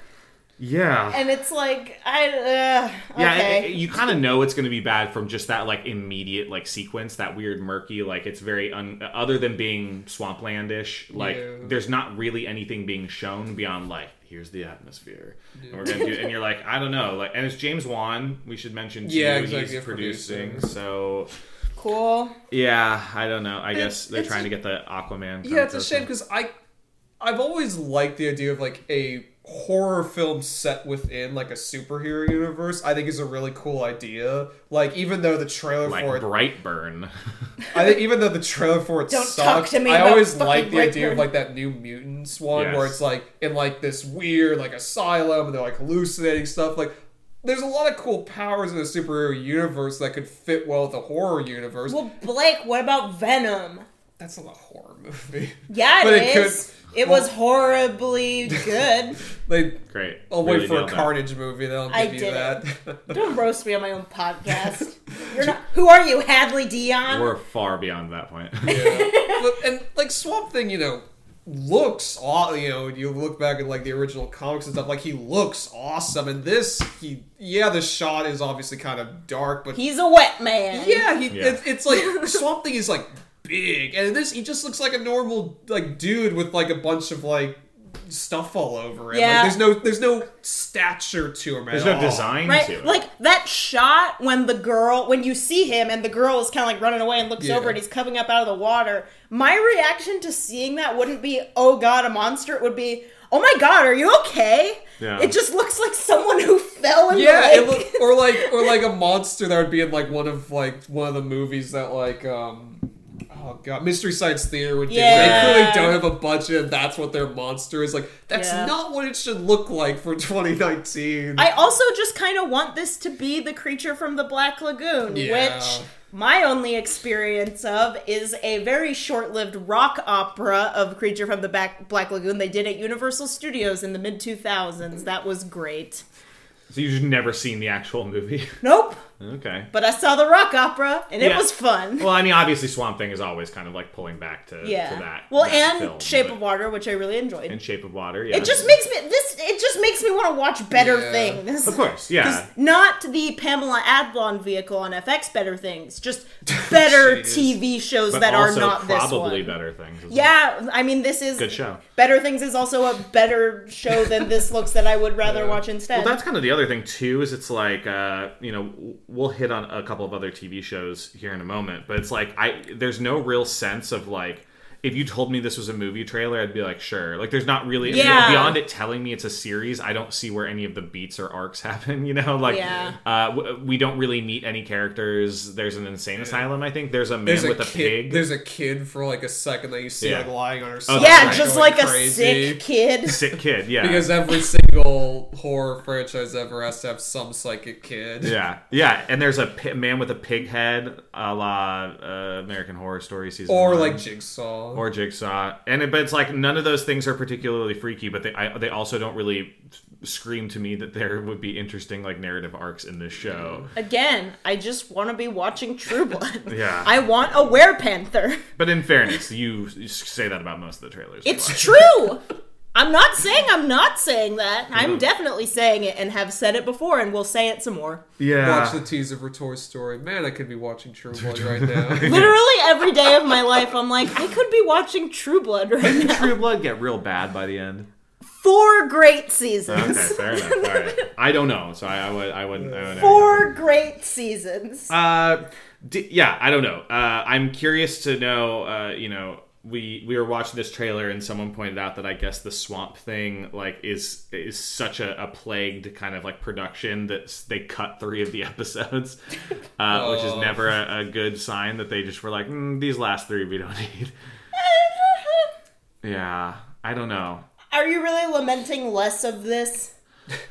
[SPEAKER 7] yeah.
[SPEAKER 6] And it's like I uh,
[SPEAKER 7] Yeah,
[SPEAKER 6] okay.
[SPEAKER 7] it- it- you kind of know it's going to be bad from just that like immediate like sequence, that weird murky like it's very un- other than being swamplandish. Like
[SPEAKER 8] Yeah.
[SPEAKER 7] there's not really anything being shown beyond like here's the atmosphere, and we're gonna do. And you're like I don't know, like and it's James Wan. We should mention too,
[SPEAKER 8] Yeah,
[SPEAKER 7] he's
[SPEAKER 8] executive
[SPEAKER 7] producing.
[SPEAKER 8] producer.
[SPEAKER 7] So
[SPEAKER 6] cool.
[SPEAKER 7] yeah, I don't know. I guess they're
[SPEAKER 8] it's
[SPEAKER 7] trying
[SPEAKER 8] a-
[SPEAKER 7] to get the Aquaman.
[SPEAKER 8] Yeah, it's a shame because I, I've always liked the idea of like a horror film set within like a superhero universe. I think is a really cool idea. Like even though the trailer
[SPEAKER 7] like
[SPEAKER 8] for it,
[SPEAKER 7] Brightburn. (laughs)
[SPEAKER 8] I think even though the trailer for it
[SPEAKER 6] Don't
[SPEAKER 8] sucked,
[SPEAKER 6] talk to me
[SPEAKER 8] I
[SPEAKER 6] about
[SPEAKER 8] always
[SPEAKER 6] fucking
[SPEAKER 8] like the idea
[SPEAKER 6] Brightburn.
[SPEAKER 8] of like that New Mutants one where
[SPEAKER 7] Yes.
[SPEAKER 8] it's like in like this weird like asylum and they're like hallucinating stuff. Like there's a lot of cool powers in the superhero universe that could fit well with the horror universe.
[SPEAKER 6] Well, Blake, what about Venom?
[SPEAKER 8] That's not a horror movie. (laughs)
[SPEAKER 6] Yeah,
[SPEAKER 8] But
[SPEAKER 6] it
[SPEAKER 8] it
[SPEAKER 6] is. It
[SPEAKER 8] well-
[SPEAKER 6] was horribly good.
[SPEAKER 8] They
[SPEAKER 7] Great.
[SPEAKER 8] I'll
[SPEAKER 7] Really
[SPEAKER 8] Oh, wait for a
[SPEAKER 7] nailed that.
[SPEAKER 8] Carnage movie. Then I'll give
[SPEAKER 6] I
[SPEAKER 8] you
[SPEAKER 6] did
[SPEAKER 8] that. (laughs)
[SPEAKER 6] Don't roast me on my own podcast. You're not. Who are you, Hadley Dion?
[SPEAKER 7] We're far beyond that point.
[SPEAKER 8] But- and like Swamp Thing, you know, looks aw- you know, you look back at like the original comics and stuff. Like he looks awesome, and this he yeah, the shot is obviously kind of dark, but
[SPEAKER 6] He's a wet man.
[SPEAKER 8] yeah, he
[SPEAKER 7] Yeah.
[SPEAKER 8] It's, it's like Swamp Thing is like big, and in this he just looks like a normal like dude with like a bunch of like stuff all over him.
[SPEAKER 6] Yeah.
[SPEAKER 8] Like, there's no there's no stature to him.
[SPEAKER 7] (laughs) There's
[SPEAKER 8] at
[SPEAKER 7] no
[SPEAKER 8] all.
[SPEAKER 7] design to
[SPEAKER 6] Right,
[SPEAKER 7] it.
[SPEAKER 6] like that shot when the girl, when you see him and the girl is kind of like running away and looks
[SPEAKER 8] Yeah.
[SPEAKER 6] over and he's coming up out of the water. My reaction to seeing that wouldn't be, oh god, a monster. It would be, oh my god, are you okay?
[SPEAKER 7] Yeah.
[SPEAKER 6] It just looks like someone who fell in
[SPEAKER 8] Yeah,
[SPEAKER 6] the
[SPEAKER 8] it
[SPEAKER 6] lake.
[SPEAKER 8] look, or like or like a monster that would be in like one of like one of the movies that like um oh god Mystery Science Theater would do. They
[SPEAKER 6] Yeah.
[SPEAKER 8] clearly don't have a budget. and That's what their monster is like. That's
[SPEAKER 6] Yeah.
[SPEAKER 8] not what it should look like for (laughs) 2019.
[SPEAKER 6] I also just kind of want this to be the creature from the Black Lagoon,
[SPEAKER 8] Yeah.
[SPEAKER 6] which my only experience of is a very short-lived rock opera of Creature from the Back- Black Lagoon they did at Universal Studios in the mid 2000s. That was great.
[SPEAKER 7] so you've never seen the actual movie. (laughs)
[SPEAKER 6] Nope,
[SPEAKER 7] okay.
[SPEAKER 6] but I saw the rock opera and it
[SPEAKER 7] Yeah.
[SPEAKER 6] was fun.
[SPEAKER 7] Well, I mean, obviously, Swamp Thing is always kind of like pulling back to,
[SPEAKER 6] yeah.
[SPEAKER 7] to that.
[SPEAKER 6] well,
[SPEAKER 7] that
[SPEAKER 6] and
[SPEAKER 7] film,
[SPEAKER 6] Shape
[SPEAKER 7] but-
[SPEAKER 6] of Water, which I really enjoyed.
[SPEAKER 7] And Shape of Water. Yeah.
[SPEAKER 6] it just makes me this. It just makes me want to watch better
[SPEAKER 8] Yeah.
[SPEAKER 6] things.
[SPEAKER 7] Of course, yeah.
[SPEAKER 6] not the Pamela Adlon vehicle on FX Better Things,
[SPEAKER 7] (laughs)
[SPEAKER 6] just better
[SPEAKER 8] Jeez.
[SPEAKER 6] TV shows
[SPEAKER 7] Oh, But
[SPEAKER 6] that are
[SPEAKER 7] also
[SPEAKER 6] not this
[SPEAKER 7] probably
[SPEAKER 6] one.
[SPEAKER 7] better things. isn't it?
[SPEAKER 6] Yeah, I mean this is
[SPEAKER 7] Good show.
[SPEAKER 6] Better Things is also a better show than this looks that I would rather
[SPEAKER 8] Yeah.
[SPEAKER 6] watch instead.
[SPEAKER 7] Well, that's kind of the other thing too. Is it's like uh, you know w- we'll hit on a couple of other TV shows here in a moment, but it's like I there's no real sense of like if you told me this was a movie trailer, I'd be like sure. Like there's not really
[SPEAKER 6] Yeah.
[SPEAKER 7] beyond it telling me it's a series. I don't see where any of the beats or arcs (laughs) happen. You know, like
[SPEAKER 6] Yeah.
[SPEAKER 7] uh, w- we don't really meet any characters. There's an insane asylum. I think there's a man
[SPEAKER 8] there's a,
[SPEAKER 7] with a,
[SPEAKER 8] kid.
[SPEAKER 7] pig.
[SPEAKER 8] There's a kid for like a second that you see
[SPEAKER 7] Yeah.
[SPEAKER 8] like lying on her
[SPEAKER 7] Oh,
[SPEAKER 8] side.
[SPEAKER 6] yeah,
[SPEAKER 7] right.
[SPEAKER 6] just
[SPEAKER 8] going
[SPEAKER 6] like a
[SPEAKER 8] crazy.
[SPEAKER 6] sick kid.
[SPEAKER 7] sick kid. Yeah.
[SPEAKER 8] Because every single horror franchise ever has to have some psychic kid.
[SPEAKER 7] yeah, yeah, and there's a pi- man with a pig head, a la uh, American Horror Story season,
[SPEAKER 8] Or
[SPEAKER 7] one.
[SPEAKER 8] like Jigsaw.
[SPEAKER 7] or Jigsaw, and it, but it's like none of those things are particularly freaky, but they I, they also don't really scream to me that there would be interesting like narrative arcs in this show.
[SPEAKER 6] Again, I just want to be watching True Blood.
[SPEAKER 7] (laughs) Yeah.
[SPEAKER 6] I want a werepanther.
[SPEAKER 7] But in fairness, you, you say that about most of the trailers. we watch.
[SPEAKER 6] It's true. I'm not saying I'm not saying that.
[SPEAKER 7] Mm-hmm.
[SPEAKER 6] I'm definitely saying it and have said it before and will say it some more.
[SPEAKER 7] yeah.
[SPEAKER 8] Watch the teaser for Toy Story. Man, I could be watching
[SPEAKER 7] (laughs)
[SPEAKER 8] True Blood right now.
[SPEAKER 6] Literally every day of my life, I'm like, I could be watching True Blood right now.
[SPEAKER 7] True Blood get real bad by the end.
[SPEAKER 6] Four great
[SPEAKER 7] Okay,
[SPEAKER 6] seasons.
[SPEAKER 7] fair enough. All right, I don't know, so I, I would I wouldn't. I wouldn't
[SPEAKER 6] Four great seasons.
[SPEAKER 7] Uh, D- yeah, I don't know. Uh, I'm curious to know. Uh, you know, we we were watching this trailer and someone pointed out that I guess the swamp thing like is is such a, a plagued kind of like production that s- they cut three of the (laughs) episodes, uh, which is never a, a good sign that they just were like mm, these last three we don't (laughs) need. Yeah, I don't know.
[SPEAKER 6] Are you really lamenting less of this?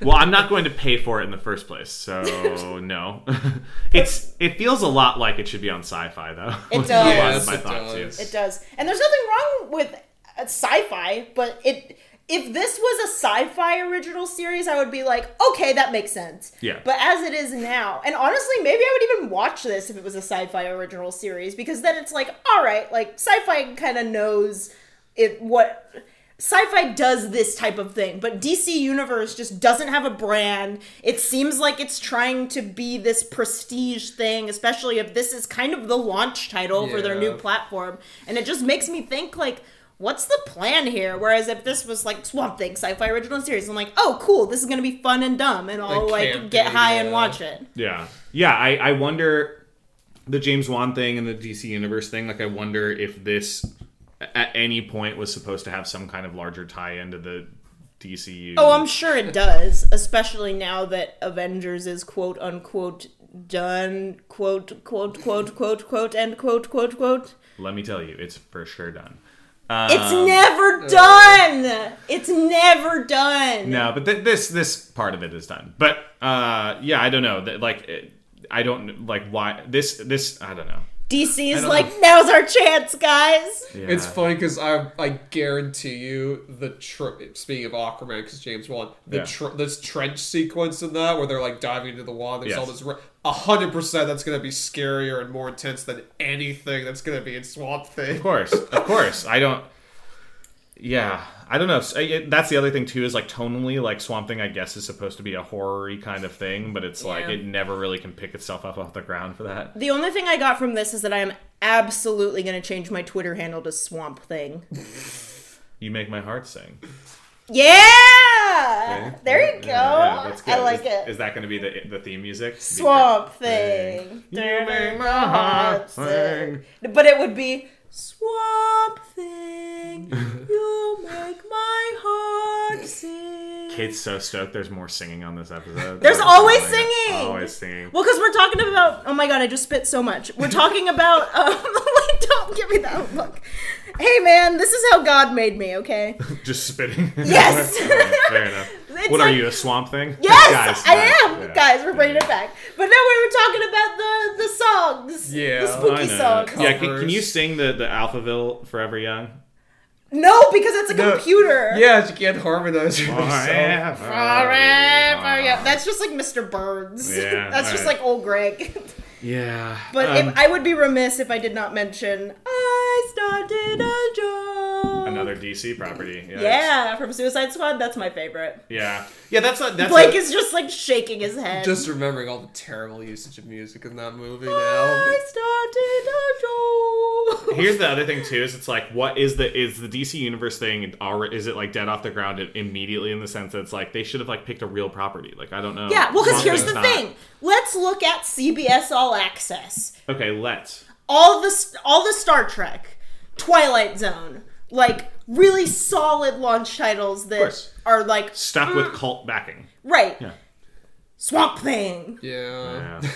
[SPEAKER 7] Well, I'm not going to pay for it in the first place, so no. (laughs) it's it feels a lot like it should be on Sci-Fi though.
[SPEAKER 6] It
[SPEAKER 7] A lot of
[SPEAKER 6] does.
[SPEAKER 8] Yes,
[SPEAKER 7] my
[SPEAKER 8] it
[SPEAKER 7] thoughts,
[SPEAKER 8] does.
[SPEAKER 7] yes.
[SPEAKER 6] It does. And there's nothing wrong with uh, sci-fi, but it if this was a sci-fi original series, I would be like, okay, that makes sense.
[SPEAKER 7] Yeah.
[SPEAKER 6] But as it is now, and honestly, maybe I would even watch this if it was a sci-fi original series, because then it's like, all right, like sci-fi kind of knows it what sci-fi does this type of thing but dc universe just doesn't have a brand it seems like it's trying to be this prestige thing especially if this is kind of the launch title for their new
[SPEAKER 8] Yeah.
[SPEAKER 6] platform and it just makes me think like what's the plan here whereas if this was like swamp thing sci-fi original series i'm like oh cool this is gonna be fun and dumb and i'll like
[SPEAKER 8] campy,
[SPEAKER 6] get high and
[SPEAKER 8] yeah.
[SPEAKER 6] watch it
[SPEAKER 7] Yeah. Yeah, I, I wonder the James Wan thing and the DC Universe thing, like I wonder if this at any point was supposed to have some kind of larger tie into the DCU.
[SPEAKER 6] Oh, I'm sure it does, especially now that Avengers is quote unquote done, quote, quote, quote, quote, quote, end quote, quote, quote.
[SPEAKER 7] Let me tell you, it's for sure done.
[SPEAKER 6] It's
[SPEAKER 7] Um,
[SPEAKER 6] never done! It's never done!
[SPEAKER 7] uh, No, but th- this this part of it is done. But uh yeah, I don't know. Th- Like it- I don't like why this this I don't know.
[SPEAKER 6] DC is
[SPEAKER 7] don't
[SPEAKER 6] like, now's our chance, guys!
[SPEAKER 7] Yeah.
[SPEAKER 8] It's funny because I I guarantee you the tr- speaking of Aquaman because James Wan the
[SPEAKER 7] Yeah.
[SPEAKER 8] tr- this trench sequence in that where they're like diving into the water there's all
[SPEAKER 7] Yes.
[SPEAKER 8] this ra- a hundred percent that's gonna be scarier and more intense than anything that's gonna be in Swamp Thing. (laughs)
[SPEAKER 7] Of course, of course. I don't. Yeah, I don't know. S- I- That's the other thing too is like tonally, like Swamp Thing. I guess is supposed to be a horror-y kind of thing, but it's like
[SPEAKER 6] Yeah.
[SPEAKER 7] it never really can pick itself up off the ground for that.
[SPEAKER 6] The only thing I got from this is that I am absolutely gonna change my Twitter handle to Swamp Thing.
[SPEAKER 7] You make my heart sing.
[SPEAKER 6] Yeah! There you go.
[SPEAKER 7] Yeah, that's good.
[SPEAKER 6] Oh, I like
[SPEAKER 7] Is-
[SPEAKER 6] it.
[SPEAKER 7] Is that going to be the the theme music?
[SPEAKER 6] Swamp Thing.
[SPEAKER 7] You make my heart sing.
[SPEAKER 6] But it would be Swamp Thing.
[SPEAKER 7] (laughs)
[SPEAKER 6] You make my heart sing.
[SPEAKER 7] Kate's so stoked. There's more singing on this episode.
[SPEAKER 6] (laughs) There's
[SPEAKER 7] Oh,
[SPEAKER 6] always
[SPEAKER 7] my God.
[SPEAKER 6] singing.
[SPEAKER 7] Always singing.
[SPEAKER 6] Well, because we're talking about. Oh my god, I just spit so much. We're talking about. (laughs) Um, like, don't give me that look. Hey man, this is how God made me.
[SPEAKER 7] (laughs)
[SPEAKER 6] Okay.
[SPEAKER 7] Just spitting.
[SPEAKER 6] Yes.
[SPEAKER 7] Fair enough.
[SPEAKER 6] (laughs) It's
[SPEAKER 7] what are
[SPEAKER 6] like-
[SPEAKER 7] you, a swamp thing?
[SPEAKER 6] Yes,
[SPEAKER 7] Guys,
[SPEAKER 6] I
[SPEAKER 7] guys,
[SPEAKER 6] am.
[SPEAKER 7] yeah.
[SPEAKER 6] Guys, we're bringing it back. But now we were talking about the the songs.
[SPEAKER 8] Yeah,
[SPEAKER 6] The spooky songs.
[SPEAKER 7] Yeah, can, can
[SPEAKER 8] Covers.
[SPEAKER 7] you sing the, the Alphaville Forever Young?
[SPEAKER 6] No, because it's a
[SPEAKER 8] No.
[SPEAKER 6] computer.
[SPEAKER 8] Yeah, she can't harmonize
[SPEAKER 7] Oh,
[SPEAKER 8] herself.
[SPEAKER 6] Forever, yeah. That's just like Mr. Burns.
[SPEAKER 7] Yeah,
[SPEAKER 6] (laughs) That's just
[SPEAKER 7] alright.
[SPEAKER 6] like old Greg. (laughs)
[SPEAKER 7] Yeah.
[SPEAKER 6] But
[SPEAKER 7] Um,
[SPEAKER 6] if, I would be remiss if I did not mention I started a job.
[SPEAKER 7] another DC property. Yeah.
[SPEAKER 6] Yeah, from Suicide Squad. That's my favorite.
[SPEAKER 7] Yeah. Yeah, that's not that's
[SPEAKER 6] Blake
[SPEAKER 7] a-
[SPEAKER 6] is just like shaking his head.
[SPEAKER 8] Just remembering all the terrible usage of music in that movie now.
[SPEAKER 6] I started a job.
[SPEAKER 7] Here's the other thing too: is it's like, what is the is the DC universe thing? Already, is it like dead off the ground immediately in the sense that it's like they should have like picked a real property? Like I don't know.
[SPEAKER 6] (laughs) Yeah, well, because
[SPEAKER 7] Swamp
[SPEAKER 6] here's
[SPEAKER 7] Thing's
[SPEAKER 6] the
[SPEAKER 7] not-
[SPEAKER 6] thing. Let's look at CBS All Access.
[SPEAKER 7] Okay, let's.
[SPEAKER 6] all the all the Star Trek, Twilight Zone, like really solid launch titles that
[SPEAKER 7] course.
[SPEAKER 6] are like
[SPEAKER 7] Stuck
[SPEAKER 6] Mm.
[SPEAKER 7] with cult backing.
[SPEAKER 6] right. Swamp Thing.
[SPEAKER 8] Yeah.
[SPEAKER 6] (laughs)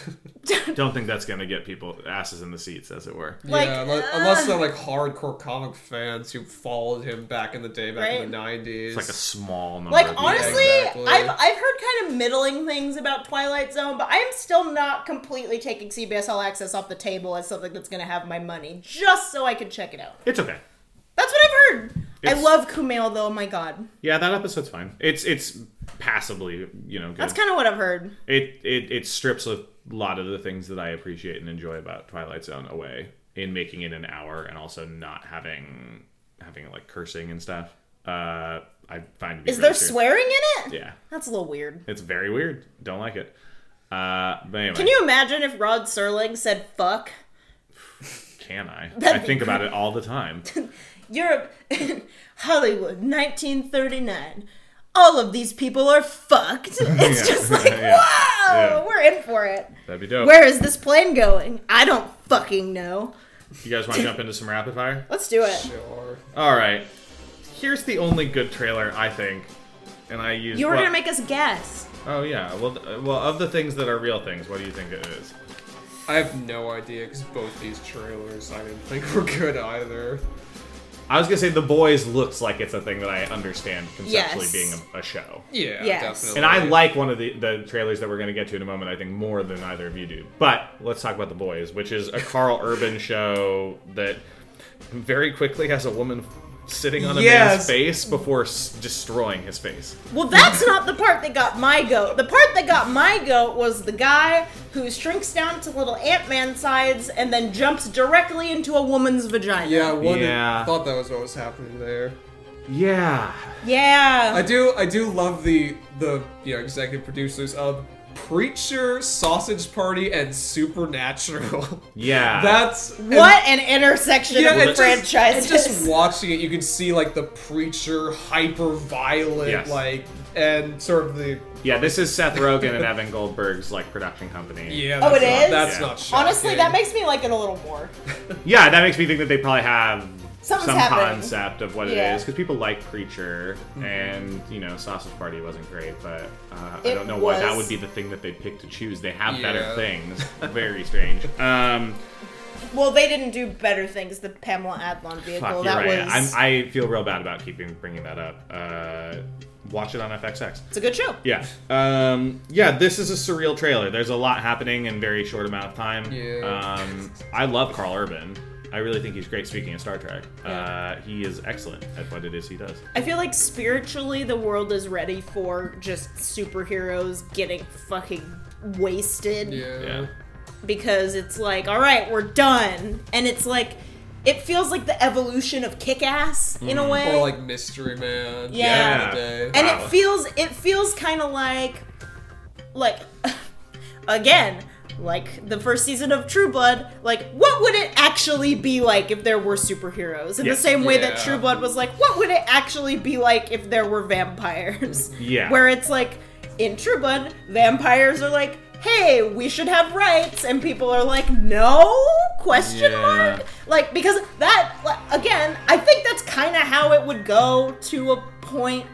[SPEAKER 7] Yeah. Don't think that's gonna get people asses in the seats, as it were.
[SPEAKER 6] Like,
[SPEAKER 8] yeah, unless, unless they're like hardcore comic fans who followed him back in the day, back
[SPEAKER 6] Right.
[SPEAKER 8] in the 90s.
[SPEAKER 7] It's like a small number.
[SPEAKER 6] Like
[SPEAKER 7] of people.
[SPEAKER 6] honestly,
[SPEAKER 8] exactly.
[SPEAKER 6] I've I've heard kind of middling things about Twilight Zone, but I'm still not completely taking CBS All Access off the table as something that's going to have my money, just so I can check it out.
[SPEAKER 7] it's okay.
[SPEAKER 6] That's what I've heard. I
[SPEAKER 7] It's-
[SPEAKER 6] love Kumail though. oh My God,
[SPEAKER 7] Yeah, that episode's fine. It's it's passably, you know, good.
[SPEAKER 6] that's kind of what I've heard.
[SPEAKER 7] it it it strips a lot of the things that I appreciate and enjoy about Twilight Zone away in making it an hour and also not having having like cursing and stuff. Uh, I find to be
[SPEAKER 6] Is
[SPEAKER 7] really
[SPEAKER 6] there
[SPEAKER 7] serious.
[SPEAKER 6] swearing in it?
[SPEAKER 7] Yeah,
[SPEAKER 6] That's a little weird.
[SPEAKER 7] it's very weird. Don't like it. Uh, but anyway,
[SPEAKER 6] Can you imagine if Rod Serling said fuck?
[SPEAKER 7] Can I? I
[SPEAKER 6] (laughs) That'd be
[SPEAKER 7] think about it all the time.
[SPEAKER 6] (laughs) Europe, Hollywood, 1939. all of these people are fucked. (laughs) It's (laughs) just like,
[SPEAKER 7] (laughs) Yeah.
[SPEAKER 6] whoa,
[SPEAKER 7] Yeah.
[SPEAKER 6] Oh, we're in for it.
[SPEAKER 7] That'd be dope.
[SPEAKER 6] Where is this plane going? I don't fucking know.
[SPEAKER 7] You guys want to jump into some rapid fire?
[SPEAKER 6] Let's do it.
[SPEAKER 7] All right. Here's the only good trailer I think, and I use.
[SPEAKER 6] You were
[SPEAKER 7] well-
[SPEAKER 6] gonna make us guess.
[SPEAKER 7] Oh yeah. Well, th- well, of the things that are real things, what do you think it is?
[SPEAKER 8] I have no idea because both these trailers I didn't think (laughs) were good either.
[SPEAKER 7] I was gonna say the boys looks like it's a thing that I understand conceptually
[SPEAKER 6] Yes.
[SPEAKER 7] being a, a show.
[SPEAKER 8] Yeah,
[SPEAKER 6] Yes.
[SPEAKER 8] definitely.
[SPEAKER 7] And I like one of the, the trailers that we're going to get to in a moment, I think, more than either of you do. But let's talk about The Boys, which is a Carl Urban show that very quickly has a woman sitting on a man's
[SPEAKER 8] Yes.
[SPEAKER 7] face before s- destroying his face.
[SPEAKER 6] Well, that's not the part that got my goat. The part that got my goat was the guy who shrinks down to little Ant Man sides and then jumps directly into a woman's vagina.
[SPEAKER 8] Yeah, I wondered,
[SPEAKER 7] Yeah.
[SPEAKER 8] thought that was what was happening there.
[SPEAKER 7] Yeah.
[SPEAKER 8] I
[SPEAKER 6] Yeah.
[SPEAKER 8] do, I do love the the you know executive producers of Preacher, Sausage Party, and Supernatural. (laughs)
[SPEAKER 7] Yeah.
[SPEAKER 8] That's
[SPEAKER 6] what an intersection
[SPEAKER 8] Yeah,
[SPEAKER 6] of
[SPEAKER 8] and just, and
[SPEAKER 6] franchises.
[SPEAKER 8] just watching it, you can see like the preacher hyper violent,
[SPEAKER 7] Yes.
[SPEAKER 8] like, and sort of the
[SPEAKER 7] yeah, this is Seth Rogen and Evan Goldberg's, like, production company.
[SPEAKER 8] yeah.
[SPEAKER 6] Oh,
[SPEAKER 8] That's
[SPEAKER 6] it
[SPEAKER 8] not,
[SPEAKER 6] is?
[SPEAKER 8] That's
[SPEAKER 7] Yeah.
[SPEAKER 8] not shocking.
[SPEAKER 6] Honestly, that makes me like it a little more.
[SPEAKER 7] Yeah, that makes me think that they probably have
[SPEAKER 6] Something's
[SPEAKER 7] some
[SPEAKER 6] happening.
[SPEAKER 7] concept of what
[SPEAKER 6] Yeah.
[SPEAKER 7] it is because people like Preacher, and you know, Sausage Party wasn't great, but uh, I
[SPEAKER 6] It
[SPEAKER 7] don't know why that
[SPEAKER 6] was-
[SPEAKER 7] would be the thing that they pick to choose. They have better
[SPEAKER 8] Yeah.
[SPEAKER 7] things. Very strange. Um,
[SPEAKER 6] Well, they didn't do better things. The Pamela Adlon vehicle.
[SPEAKER 7] fuck, you're
[SPEAKER 6] that
[SPEAKER 7] right.
[SPEAKER 6] was.
[SPEAKER 7] I'm, I feel real bad about keeping bringing that up. Uh, watch it on FXX.
[SPEAKER 6] it's a good show.
[SPEAKER 7] Yeah. Um, yeah, this is a surreal trailer. There's a lot happening in very short amount of time.
[SPEAKER 8] Yeah.
[SPEAKER 7] Um, I love Carl Urban. I really think he's great speaking of Star Trek. Uh, he is excellent at what it is he does.
[SPEAKER 6] I feel like spiritually the world is ready for just superheroes getting fucking wasted
[SPEAKER 8] Yeah.
[SPEAKER 7] Yeah.
[SPEAKER 6] because it's like, all right, we're done. And it's like, it feels like the evolution of kick ass in a way.
[SPEAKER 8] Or like Mystery Man.
[SPEAKER 6] Yeah.
[SPEAKER 8] back in the day.
[SPEAKER 6] and
[SPEAKER 7] Wow.
[SPEAKER 6] it feels it feels kind of like like (laughs) again like the first season of True Blood like what would it actually be like if there were superheroes in
[SPEAKER 7] Yeah.
[SPEAKER 6] the same way that
[SPEAKER 8] Yeah.
[SPEAKER 6] True Blood was like what would it actually be like if there were vampires
[SPEAKER 7] (laughs) Yeah.
[SPEAKER 6] where it's like in True Blood vampires are like hey we should have rights and people are like no question
[SPEAKER 7] Yeah.
[SPEAKER 6] mark like because that like, again i think that's kind of how it would go to a point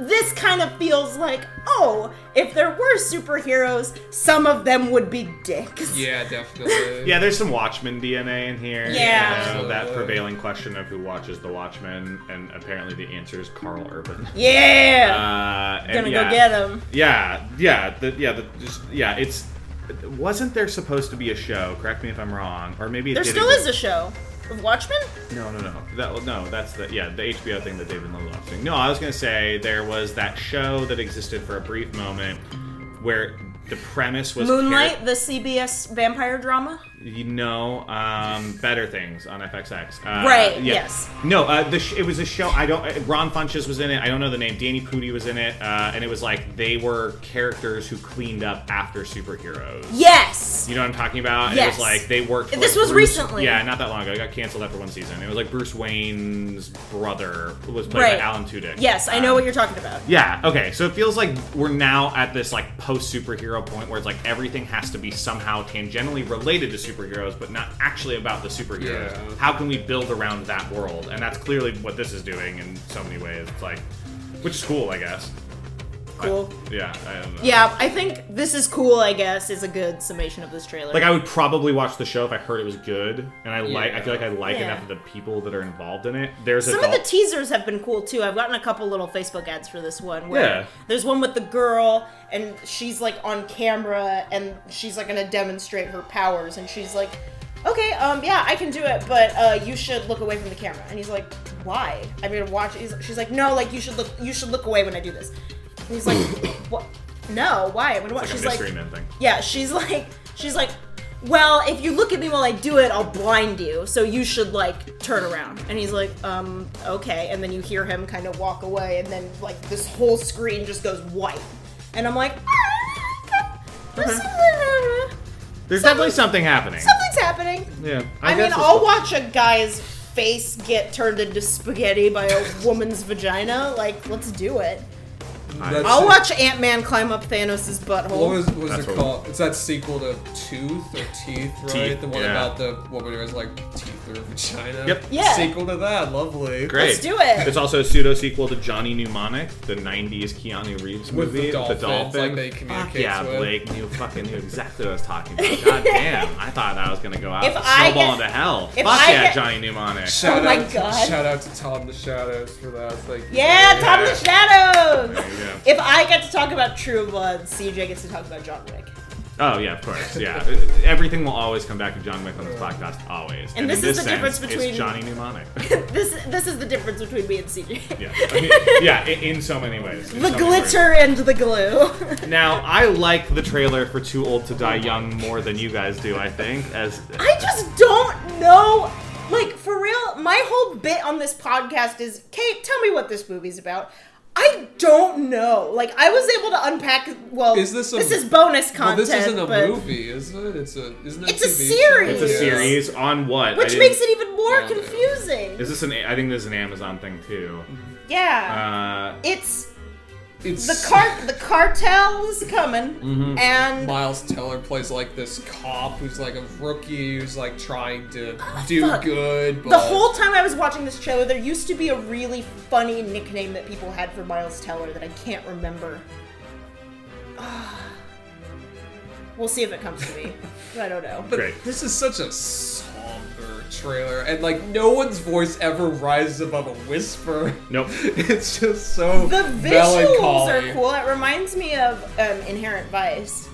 [SPEAKER 6] this kind of feels like oh if there were superheroes some of them would be dicks
[SPEAKER 8] yeah, definitely.
[SPEAKER 7] Yeah, there's some Watchmen DNA in here.
[SPEAKER 6] Yeah.
[SPEAKER 7] You know, that
[SPEAKER 8] Absolutely.
[SPEAKER 7] prevailing question of who watches the Watchmen, and apparently the answer is Carl Urban.
[SPEAKER 6] yeah
[SPEAKER 7] Uh, and
[SPEAKER 6] gonna
[SPEAKER 7] yeah.
[SPEAKER 6] go get them
[SPEAKER 7] Yeah, yeah, the, yeah, the, just, yeah. It's wasn't there supposed to be a show? Correct me if I'm wrong, or maybe it
[SPEAKER 6] there
[SPEAKER 7] did
[SPEAKER 6] still
[SPEAKER 7] exist.
[SPEAKER 6] is a show of watchmen
[SPEAKER 7] No, no, no. That well, no, that's the yeah, the HBO thing that David Lindelof thing. No, I was gonna say there was that show that existed for a brief moment where the premise was
[SPEAKER 6] moonlight the cbs vampire drama
[SPEAKER 7] you know, um, better things on FXX. Uh,
[SPEAKER 6] Right,
[SPEAKER 7] yeah.
[SPEAKER 6] yes.
[SPEAKER 7] No. Uh, the sh- it was a show. I don't. uh, Ron Funches was in it. I don't know the name. Danny Pudi was in it, uh, and it was like they were characters who cleaned up after superheroes.
[SPEAKER 6] yes
[SPEAKER 7] You know what I'm talking about? And It
[SPEAKER 6] Yes.
[SPEAKER 7] was like they worked. For,
[SPEAKER 6] This
[SPEAKER 7] like,
[SPEAKER 6] was
[SPEAKER 7] Bruce-
[SPEAKER 6] recently.
[SPEAKER 7] Yeah, not that long ago. It got canceled after one season. It was like Bruce Wayne's brother was played
[SPEAKER 6] Right.
[SPEAKER 7] by Alan Tudyk. Um,
[SPEAKER 6] yes i know what you're talking about
[SPEAKER 7] Yeah. Okay. So it feels like we're now at this like post superhero point where it's like everything has to be somehow tangentially related to superheroes, but not actually about the superheroes.
[SPEAKER 8] Yeah.
[SPEAKER 7] How can we build around that world? And that's clearly what this is doing in so many ways. It's like, which is cool, I guess.
[SPEAKER 6] cool
[SPEAKER 7] Yeah. I don't know.
[SPEAKER 6] yeah i think this is cool i guess is a good summation of this trailer
[SPEAKER 7] Like I would probably watch the show if I heard it was good, and I like. I feel like I like
[SPEAKER 6] Yeah.
[SPEAKER 7] enough of the people that are involved in it. There's
[SPEAKER 6] Some
[SPEAKER 7] adult-
[SPEAKER 6] of the teasers have been cool too. I've gotten a couple little Facebook ads for this one. Where
[SPEAKER 7] Yeah.
[SPEAKER 6] There's one with the girl, and she's like on camera, and she's like gonna demonstrate her powers, and she's like, "Okay, um, yeah, I can do it, but uh, you should look away from the camera." And he's like, "Why? I'm gonna watch." He's, she's like, "No, like you should look, you should look away when I do this." And he's
[SPEAKER 7] (coughs)
[SPEAKER 6] like, "What? No, why? I'm gonna watch."
[SPEAKER 7] (laughs) like
[SPEAKER 6] she's
[SPEAKER 7] a mystery
[SPEAKER 6] like,
[SPEAKER 7] man thing.
[SPEAKER 6] yeah, she's (laughs) like, she's like, well, if you look at me while I do it, I'll blind you. So you should like turn around. And he's like, um, okay. And then you hear him kind of walk away, and then like this whole screen just goes white. And I'm like, ah, there's something-
[SPEAKER 7] There's definitely something happening.
[SPEAKER 6] something's happening.
[SPEAKER 7] Yeah.
[SPEAKER 6] I, mean,
[SPEAKER 7] guess it's-
[SPEAKER 6] I'll watch a guy's face get turned into spaghetti by a (laughs) woman's vagina? Like, let's do it.
[SPEAKER 8] That's
[SPEAKER 6] I'll
[SPEAKER 8] it.
[SPEAKER 6] watch Ant Man climb up Thanos'
[SPEAKER 8] What
[SPEAKER 6] butthole.
[SPEAKER 8] was what was
[SPEAKER 7] That's
[SPEAKER 8] it
[SPEAKER 7] what-
[SPEAKER 8] called? It's that sequel to Tooth or Teeth, right?
[SPEAKER 7] Teeth,
[SPEAKER 8] the one
[SPEAKER 7] yeah.
[SPEAKER 8] about the woman who has like teeth or vagina.
[SPEAKER 7] Yep.
[SPEAKER 6] Yeah.
[SPEAKER 8] Sequel to that. Lovely.
[SPEAKER 7] Great.
[SPEAKER 6] Let's do it.
[SPEAKER 7] It's also a pseudo sequel to Johnny Mnemonic, the '90s Keanu Reeves
[SPEAKER 8] With the
[SPEAKER 7] movie,
[SPEAKER 8] dolphins, like they
[SPEAKER 7] Fuck
[SPEAKER 8] communicate
[SPEAKER 7] yeah,
[SPEAKER 8] with.
[SPEAKER 7] Blake knew fucking knew exactly what I was talking
[SPEAKER 6] (laughs)
[SPEAKER 7] about. God damn, I thought I was gonna go out
[SPEAKER 6] If
[SPEAKER 7] and
[SPEAKER 6] I
[SPEAKER 7] snowball
[SPEAKER 6] get-
[SPEAKER 7] into hell.
[SPEAKER 6] if
[SPEAKER 7] Fuck
[SPEAKER 6] I
[SPEAKER 7] yeah,
[SPEAKER 6] get-
[SPEAKER 7] Johnny Mnemonic.
[SPEAKER 8] Shout
[SPEAKER 6] Oh my
[SPEAKER 8] out,
[SPEAKER 6] God.
[SPEAKER 8] Shout out to Tom the Shadows for that. It's like
[SPEAKER 6] yeah, Tom the Shadows.
[SPEAKER 7] There you go.
[SPEAKER 6] If I get to talk about True Blood, CJ gets to talk about John Wick.
[SPEAKER 7] Oh yeah, of
[SPEAKER 6] (laughs)
[SPEAKER 7] course. Yeah, everything will always come back to John Wick on this podcast, always.
[SPEAKER 6] And this
[SPEAKER 7] in
[SPEAKER 6] is the difference between-
[SPEAKER 7] it's Johnny Mnemonic.
[SPEAKER 6] (laughs) This this is the difference between me and CJ.
[SPEAKER 7] yeah, I mean, yeah, in, in so many ways.
[SPEAKER 6] (laughs)
[SPEAKER 7] In
[SPEAKER 6] The
[SPEAKER 7] so many ways.
[SPEAKER 6] glitter and the glue. (laughs)
[SPEAKER 7] Now, I like the trailer for Too Old to Die Young more than you guys do. I think as
[SPEAKER 6] I just don't know. Like, for real, my whole bit on this podcast is Kate, tell me what this movie's about. I don't know. Like, I was able to unpack. Well,
[SPEAKER 8] Is this a-
[SPEAKER 6] this is bonus
[SPEAKER 8] Well,
[SPEAKER 6] content.
[SPEAKER 8] Oh, this isn't a
[SPEAKER 6] but-
[SPEAKER 8] movie, is it? It's a isn't it
[SPEAKER 6] It's a
[SPEAKER 8] TV show?
[SPEAKER 6] series.
[SPEAKER 7] It's a
[SPEAKER 8] Yeah.
[SPEAKER 7] series on what? I
[SPEAKER 6] Which
[SPEAKER 7] didn't-
[SPEAKER 6] makes it even more
[SPEAKER 8] Yeah.
[SPEAKER 6] confusing.
[SPEAKER 7] Is this an? I think this is an Amazon thing too.
[SPEAKER 6] Mm-hmm. yeah.
[SPEAKER 7] Uh,
[SPEAKER 6] it's
[SPEAKER 8] It's
[SPEAKER 6] the car. The cartel's coming,
[SPEAKER 7] Mm-hmm.
[SPEAKER 6] and
[SPEAKER 8] Miles Teller plays like this cop who's like a rookie who's like trying to do
[SPEAKER 6] Ah, Fuck.
[SPEAKER 8] good, but
[SPEAKER 6] The whole time I was watching this trailer, there used to be a really funny nickname that people had for Miles Teller that I can't remember. (sighs) Ah. we'll see if it comes to me. I don't know.
[SPEAKER 7] great.
[SPEAKER 8] This is such a somber trailer, and like no one's voice ever rises above a whisper. (laughs)
[SPEAKER 6] (laughs)
[SPEAKER 7] Nope.
[SPEAKER 8] It's just so
[SPEAKER 6] The visuals
[SPEAKER 8] melancholy.
[SPEAKER 6] are cool. It reminds me of um, Inherent Vice.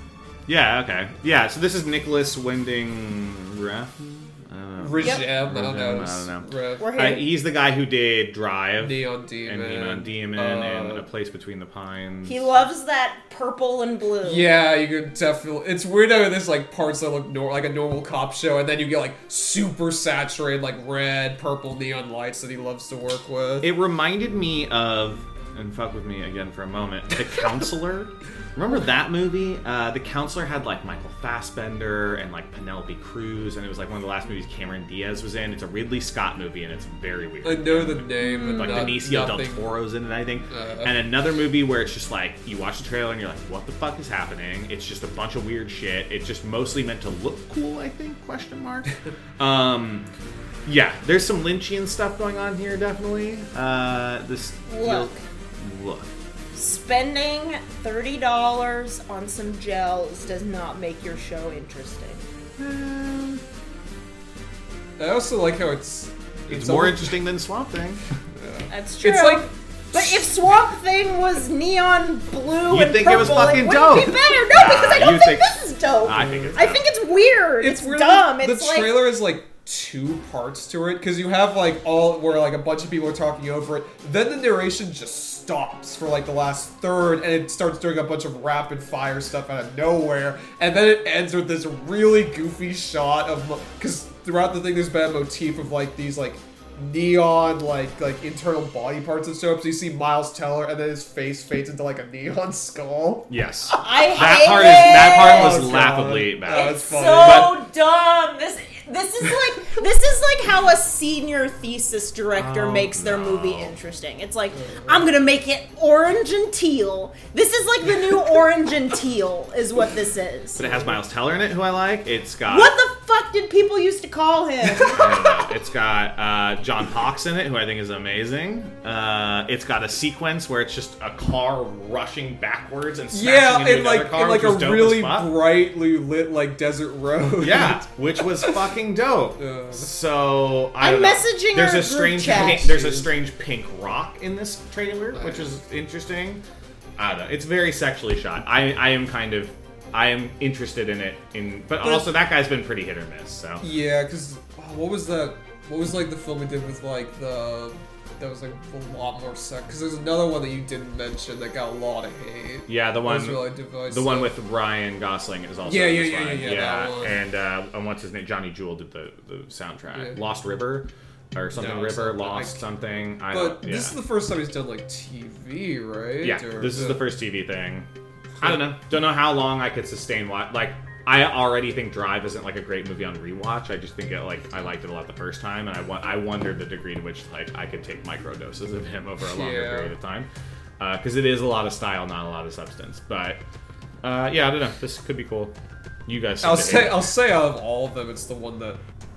[SPEAKER 7] Yeah. Okay. Yeah. So this is Nicholas Winding Refn. I don't know.
[SPEAKER 8] Regem, I don't know.
[SPEAKER 7] I don't know.
[SPEAKER 8] Rev-
[SPEAKER 6] We're here.
[SPEAKER 7] Uh, he's the guy who did Drive
[SPEAKER 8] Neon Demon.
[SPEAKER 7] and Neon Demon and
[SPEAKER 8] uh,
[SPEAKER 7] A Place Between the Pines.
[SPEAKER 6] he loves that purple and blue.
[SPEAKER 8] Yeah, you could definitely. It's weird how there's like parts that look nor- like a normal cop show, and then you get like super saturated, like red, purple neon lights that he loves to work with.
[SPEAKER 7] It reminded me of, and fuck with me again for a moment, The Counselor. Remember that movie? Uh, the Counselor had like Michael Fassbender and like Penelope Cruz, and it was like one of the last movies Cameron Diaz was in. It's a Ridley Scott movie, and it's very weird.
[SPEAKER 8] I know the name, but
[SPEAKER 7] like
[SPEAKER 8] not,
[SPEAKER 7] Benicio del
[SPEAKER 8] nothing.
[SPEAKER 7] Toro's in it, I think.
[SPEAKER 8] Uh.
[SPEAKER 7] and another movie where it's just like you watch the trailer and you're like, "What the fuck is happening?" It's just a bunch of weird shit. It's just mostly meant to look cool, I think.
[SPEAKER 8] (laughs)
[SPEAKER 7] Question mark. um, yeah, there's some Lynchian stuff going on here, definitely. Uh, this
[SPEAKER 6] Look.
[SPEAKER 7] look.
[SPEAKER 6] Spending thirty dollars on some gels does not make your show interesting.
[SPEAKER 8] I also like how it's.
[SPEAKER 7] It's,
[SPEAKER 8] It's (laughs)
[SPEAKER 7] more
[SPEAKER 8] almost-
[SPEAKER 7] interesting than Swamp Thing.
[SPEAKER 6] That's true.
[SPEAKER 8] It's like
[SPEAKER 6] But if Swamp Thing was neon blue
[SPEAKER 7] You'd
[SPEAKER 6] and
[SPEAKER 7] think it
[SPEAKER 6] purple,
[SPEAKER 7] was fucking
[SPEAKER 6] wouldn't
[SPEAKER 7] dope.
[SPEAKER 6] be better. No, because I
[SPEAKER 7] Nah,
[SPEAKER 6] don't
[SPEAKER 7] you
[SPEAKER 6] think,
[SPEAKER 7] think-
[SPEAKER 6] this is dope.
[SPEAKER 7] I think it's
[SPEAKER 6] I think it's weird. It's,
[SPEAKER 8] weird.
[SPEAKER 6] dumb.
[SPEAKER 8] The
[SPEAKER 6] it's like
[SPEAKER 8] trailer is like two parts to it because you have like all where like a bunch of people are talking over it. Then the narration just stops for like the last third, and it starts doing a bunch of rapid fire stuff out of nowhere, and then it ends with this really goofy shot of because throughout the thing there's been a motif of like these like neon like like internal body parts and show up so you see miles teller and then his face fades into like a neon (laughs) skull
[SPEAKER 7] yes.
[SPEAKER 6] I
[SPEAKER 7] That
[SPEAKER 6] hate
[SPEAKER 7] part
[SPEAKER 6] it.
[SPEAKER 7] is that part was
[SPEAKER 8] Oh, God.
[SPEAKER 7] laughably
[SPEAKER 8] Oh,
[SPEAKER 7] bad.
[SPEAKER 8] it's funny.
[SPEAKER 6] so dumb. This this is like this is like how a senior thesis
[SPEAKER 7] Oh,
[SPEAKER 6] director makes their movie interesting. It's like I'm gonna make it orange and teal. This is like the new orange and teal is what this is.
[SPEAKER 7] But it has Miles Teller in it, who I like. It's got
[SPEAKER 6] What the fuck did people used to call
[SPEAKER 7] (laughs)
[SPEAKER 6] him?
[SPEAKER 7] Uh, it's got uh, John Pox in it, who I think is amazing. Uh, it's got a sequence where it's just a car rushing backwards and smashing
[SPEAKER 8] Yeah,
[SPEAKER 7] into
[SPEAKER 8] and
[SPEAKER 7] another
[SPEAKER 8] like
[SPEAKER 7] car,
[SPEAKER 8] and like
[SPEAKER 7] which was
[SPEAKER 8] a
[SPEAKER 7] dope as
[SPEAKER 8] really
[SPEAKER 7] fuck.
[SPEAKER 8] brightly lit like desert road.
[SPEAKER 7] yeah, which was fucking dope.
[SPEAKER 8] (laughs) Yeah.
[SPEAKER 7] So I
[SPEAKER 6] I'm
[SPEAKER 7] don't know.
[SPEAKER 6] messaging
[SPEAKER 7] There's
[SPEAKER 6] our
[SPEAKER 7] a strange
[SPEAKER 6] group chat.
[SPEAKER 7] pink, there's a strange pink rock in this trailer, which is interesting. I don't know. It's very sexually shot. I I am kind of I am interested in it. In but also that guy's been pretty hit or miss. So
[SPEAKER 8] (laughs) yeah. Because what was that? What was like the film we did with like the that was like a lot more sex? Because there's another one that you didn't mention that got a lot of hate.
[SPEAKER 7] yeah, the
[SPEAKER 8] That was
[SPEAKER 7] one
[SPEAKER 8] really divisive.
[SPEAKER 7] The one with Ryan Gosling is also
[SPEAKER 8] Yeah,
[SPEAKER 7] in
[SPEAKER 8] yeah,
[SPEAKER 7] this
[SPEAKER 8] yeah,
[SPEAKER 7] line.
[SPEAKER 8] yeah, yeah, that one.
[SPEAKER 7] And uh, and what's his name? Johnny Jewel did the, the soundtrack.
[SPEAKER 8] Yeah.
[SPEAKER 7] Lost River or something.
[SPEAKER 8] No,
[SPEAKER 7] River
[SPEAKER 8] something.
[SPEAKER 7] Lost
[SPEAKER 8] I-
[SPEAKER 7] something. I
[SPEAKER 8] But
[SPEAKER 7] don't, yeah.
[SPEAKER 8] this is the first time he's done like TV, right?
[SPEAKER 7] yeah.
[SPEAKER 8] Or
[SPEAKER 7] This is the first TV thing. I don't know. Don't know how long I could sustain. What like I already think Drive isn't like a great movie on rewatch. I just think it like I liked it a lot the first time, and I wa- I wonder the degree to which like I could take micro doses of him over a longer
[SPEAKER 8] Yeah.
[SPEAKER 7] period of time, because it is a lot of style, not a lot of substance. But uh, yeah, I don't know. This could be cool. You guys, seem
[SPEAKER 8] I'll
[SPEAKER 7] to
[SPEAKER 8] say
[SPEAKER 7] hate it.
[SPEAKER 8] I'll say out of all of them, it's the one that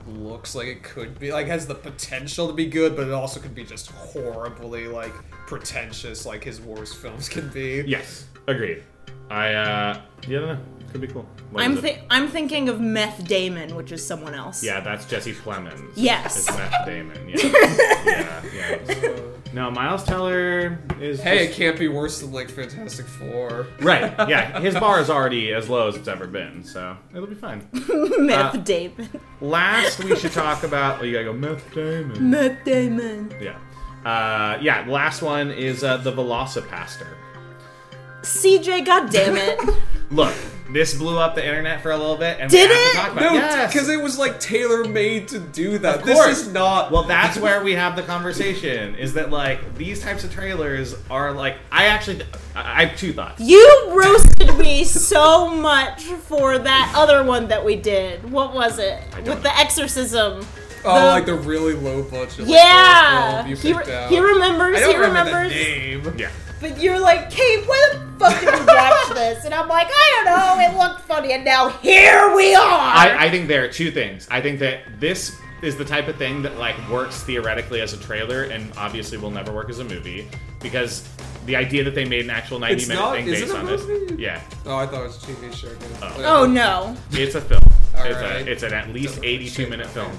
[SPEAKER 8] looks like it could be like has the potential to be good, but it also could be just horribly like pretentious, like his worst films can be.
[SPEAKER 7] yes, agreed. I uh, yeah, I don't know. Could be cool. What
[SPEAKER 6] I'm
[SPEAKER 7] is it?
[SPEAKER 6] thi- I'm thinking of Meth Damon, which is someone else.
[SPEAKER 7] Yeah, that's Jesse Plemons.
[SPEAKER 6] Yes.
[SPEAKER 7] It's Matt Damon. Yeah.
[SPEAKER 6] (laughs)
[SPEAKER 7] yeah, yeah. No, Miles Teller is.
[SPEAKER 8] Hey, it
[SPEAKER 7] just-
[SPEAKER 8] can't be worse than like Fantastic Four.
[SPEAKER 7] Right, yeah. His bar is already as low as it's ever been, so it'll be fine.
[SPEAKER 6] (laughs) Meth
[SPEAKER 8] Uh,
[SPEAKER 6] Damon.
[SPEAKER 7] Last, we should talk about. Oh, you gotta go, Meth Damon.
[SPEAKER 6] (laughs) Meth Damon.
[SPEAKER 7] Yeah. Uh, yeah, last one is uh, The Velocipaster.
[SPEAKER 6] CJ, (laughs) goddammit.
[SPEAKER 7] Look, this blew up the internet for a little bit, and
[SPEAKER 6] Did
[SPEAKER 7] we have
[SPEAKER 6] it?
[SPEAKER 7] to talk about
[SPEAKER 8] No,
[SPEAKER 7] it.
[SPEAKER 8] because
[SPEAKER 7] Yes.
[SPEAKER 8] it was like tailor made to do that.
[SPEAKER 7] Of
[SPEAKER 8] this
[SPEAKER 7] course.
[SPEAKER 8] is not.
[SPEAKER 7] Well, that's where we have the conversation. Is that like these types of trailers are like? I actually, I I have two thoughts.
[SPEAKER 6] you roasted me so much for that other one that we did. What was it? With
[SPEAKER 7] don't know.
[SPEAKER 6] the exorcism.
[SPEAKER 8] oh,
[SPEAKER 6] the-
[SPEAKER 8] like the really low budget. like,
[SPEAKER 6] Yeah.
[SPEAKER 8] girls'
[SPEAKER 6] he,
[SPEAKER 8] film you picked
[SPEAKER 6] re-
[SPEAKER 8] out.
[SPEAKER 6] he remembers.
[SPEAKER 8] I don't
[SPEAKER 6] he
[SPEAKER 8] remember the
[SPEAKER 6] remembers.
[SPEAKER 8] name.
[SPEAKER 7] Yeah.
[SPEAKER 6] But you're like, Kate, why the fuck did you watch this? And I'm like, I don't know. It looked funny, and now here we are.
[SPEAKER 7] I, I think there are two things. I think that this is the type of thing that like works theoretically as a trailer and obviously will never work as a movie because the idea that they made an actual 90
[SPEAKER 8] It's
[SPEAKER 7] minute
[SPEAKER 8] not-
[SPEAKER 7] thing
[SPEAKER 8] is it
[SPEAKER 7] based
[SPEAKER 8] a
[SPEAKER 7] on this.
[SPEAKER 8] movie?
[SPEAKER 7] Yeah.
[SPEAKER 8] Oh, I thought it was a TV show.
[SPEAKER 6] oh no.
[SPEAKER 7] It's a film.
[SPEAKER 8] All
[SPEAKER 7] it's,
[SPEAKER 8] right.
[SPEAKER 7] a, it's an at least
[SPEAKER 8] Doesn't really
[SPEAKER 7] 82
[SPEAKER 8] shape
[SPEAKER 7] minute
[SPEAKER 8] my
[SPEAKER 7] film.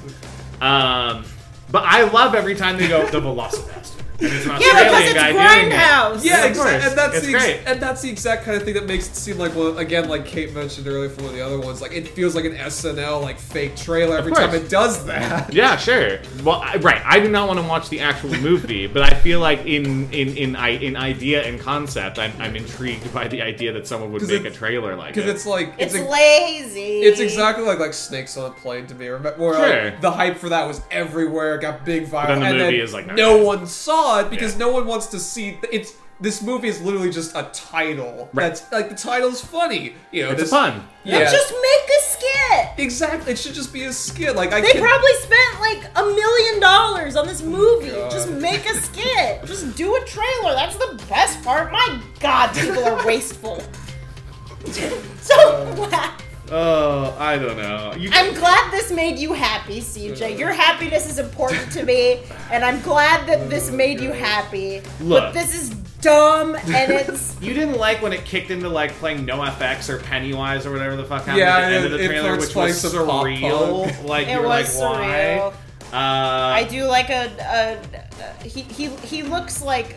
[SPEAKER 7] Um, but I love every time they go the Velocipaster. And it's an
[SPEAKER 6] Yeah,
[SPEAKER 7] Australian
[SPEAKER 6] because it's
[SPEAKER 7] guy doing it.
[SPEAKER 6] Grindhouse.
[SPEAKER 8] Yeah,
[SPEAKER 7] of course.
[SPEAKER 8] exactly. And that's
[SPEAKER 7] It's
[SPEAKER 8] the ex-
[SPEAKER 7] great.
[SPEAKER 8] and that's the exact kind of thing that makes it seem like well, again, like Kate mentioned earlier from one of the other ones, like it feels like an SNL like fake trailer every
[SPEAKER 7] course.
[SPEAKER 8] time it does
[SPEAKER 7] (laughs)
[SPEAKER 8] that.
[SPEAKER 7] Yeah, sure. Well, I, right. I do not want to watch the actual movie, (laughs) but I feel like in in in, I, in idea and concept, I'm, I'm intrigued by the idea that someone would
[SPEAKER 8] 'Cause
[SPEAKER 7] make a
[SPEAKER 8] it's-
[SPEAKER 7] trailer like
[SPEAKER 8] Because
[SPEAKER 7] it.
[SPEAKER 8] it's like
[SPEAKER 6] It's,
[SPEAKER 8] it's a,
[SPEAKER 6] lazy.
[SPEAKER 8] it's exactly like like snakes on a plane to me. Remember, where, like,
[SPEAKER 7] Sure.
[SPEAKER 8] the hype for that was everywhere. It got big viral,
[SPEAKER 7] then the
[SPEAKER 8] and
[SPEAKER 7] movie
[SPEAKER 8] then
[SPEAKER 7] is like, no.
[SPEAKER 8] no one saw it because
[SPEAKER 7] Yeah.
[SPEAKER 8] no one wants to see. th- It's this movie is literally just a title.
[SPEAKER 7] Right.
[SPEAKER 8] That's like the title's funny. You know,
[SPEAKER 7] It's a
[SPEAKER 8] this-
[SPEAKER 7] pun.
[SPEAKER 8] Yeah,
[SPEAKER 6] Just make a skit.
[SPEAKER 8] exactly. It should just be a skit. Like I
[SPEAKER 6] They
[SPEAKER 8] can-
[SPEAKER 6] probably spent like a million dollars on this movie.
[SPEAKER 7] Oh
[SPEAKER 8] God.
[SPEAKER 6] Just make a skit. Just do a trailer. That's the best part. My God, people are wasteful. (laughs) so (laughs) laugh.
[SPEAKER 7] oh, I don't know. You,
[SPEAKER 6] I'm glad this made you happy, CJ. Your happiness is important to me, and I'm glad that this made you happy. But
[SPEAKER 7] Oh Look.
[SPEAKER 6] this is dumb, and it's
[SPEAKER 7] you didn't like when it kicked into like playing NoFX or Pennywise or whatever the fuck happened
[SPEAKER 8] Yeah,
[SPEAKER 7] at the end of the
[SPEAKER 8] it- it
[SPEAKER 7] trailer,
[SPEAKER 8] looks
[SPEAKER 7] which was
[SPEAKER 8] like some pop
[SPEAKER 7] surreal. (laughs) Like
[SPEAKER 6] it
[SPEAKER 7] (laughs) you were like,
[SPEAKER 6] was
[SPEAKER 7] why?
[SPEAKER 6] surreal.
[SPEAKER 7] Uh, I
[SPEAKER 6] I do like a, a, a he, he he looks like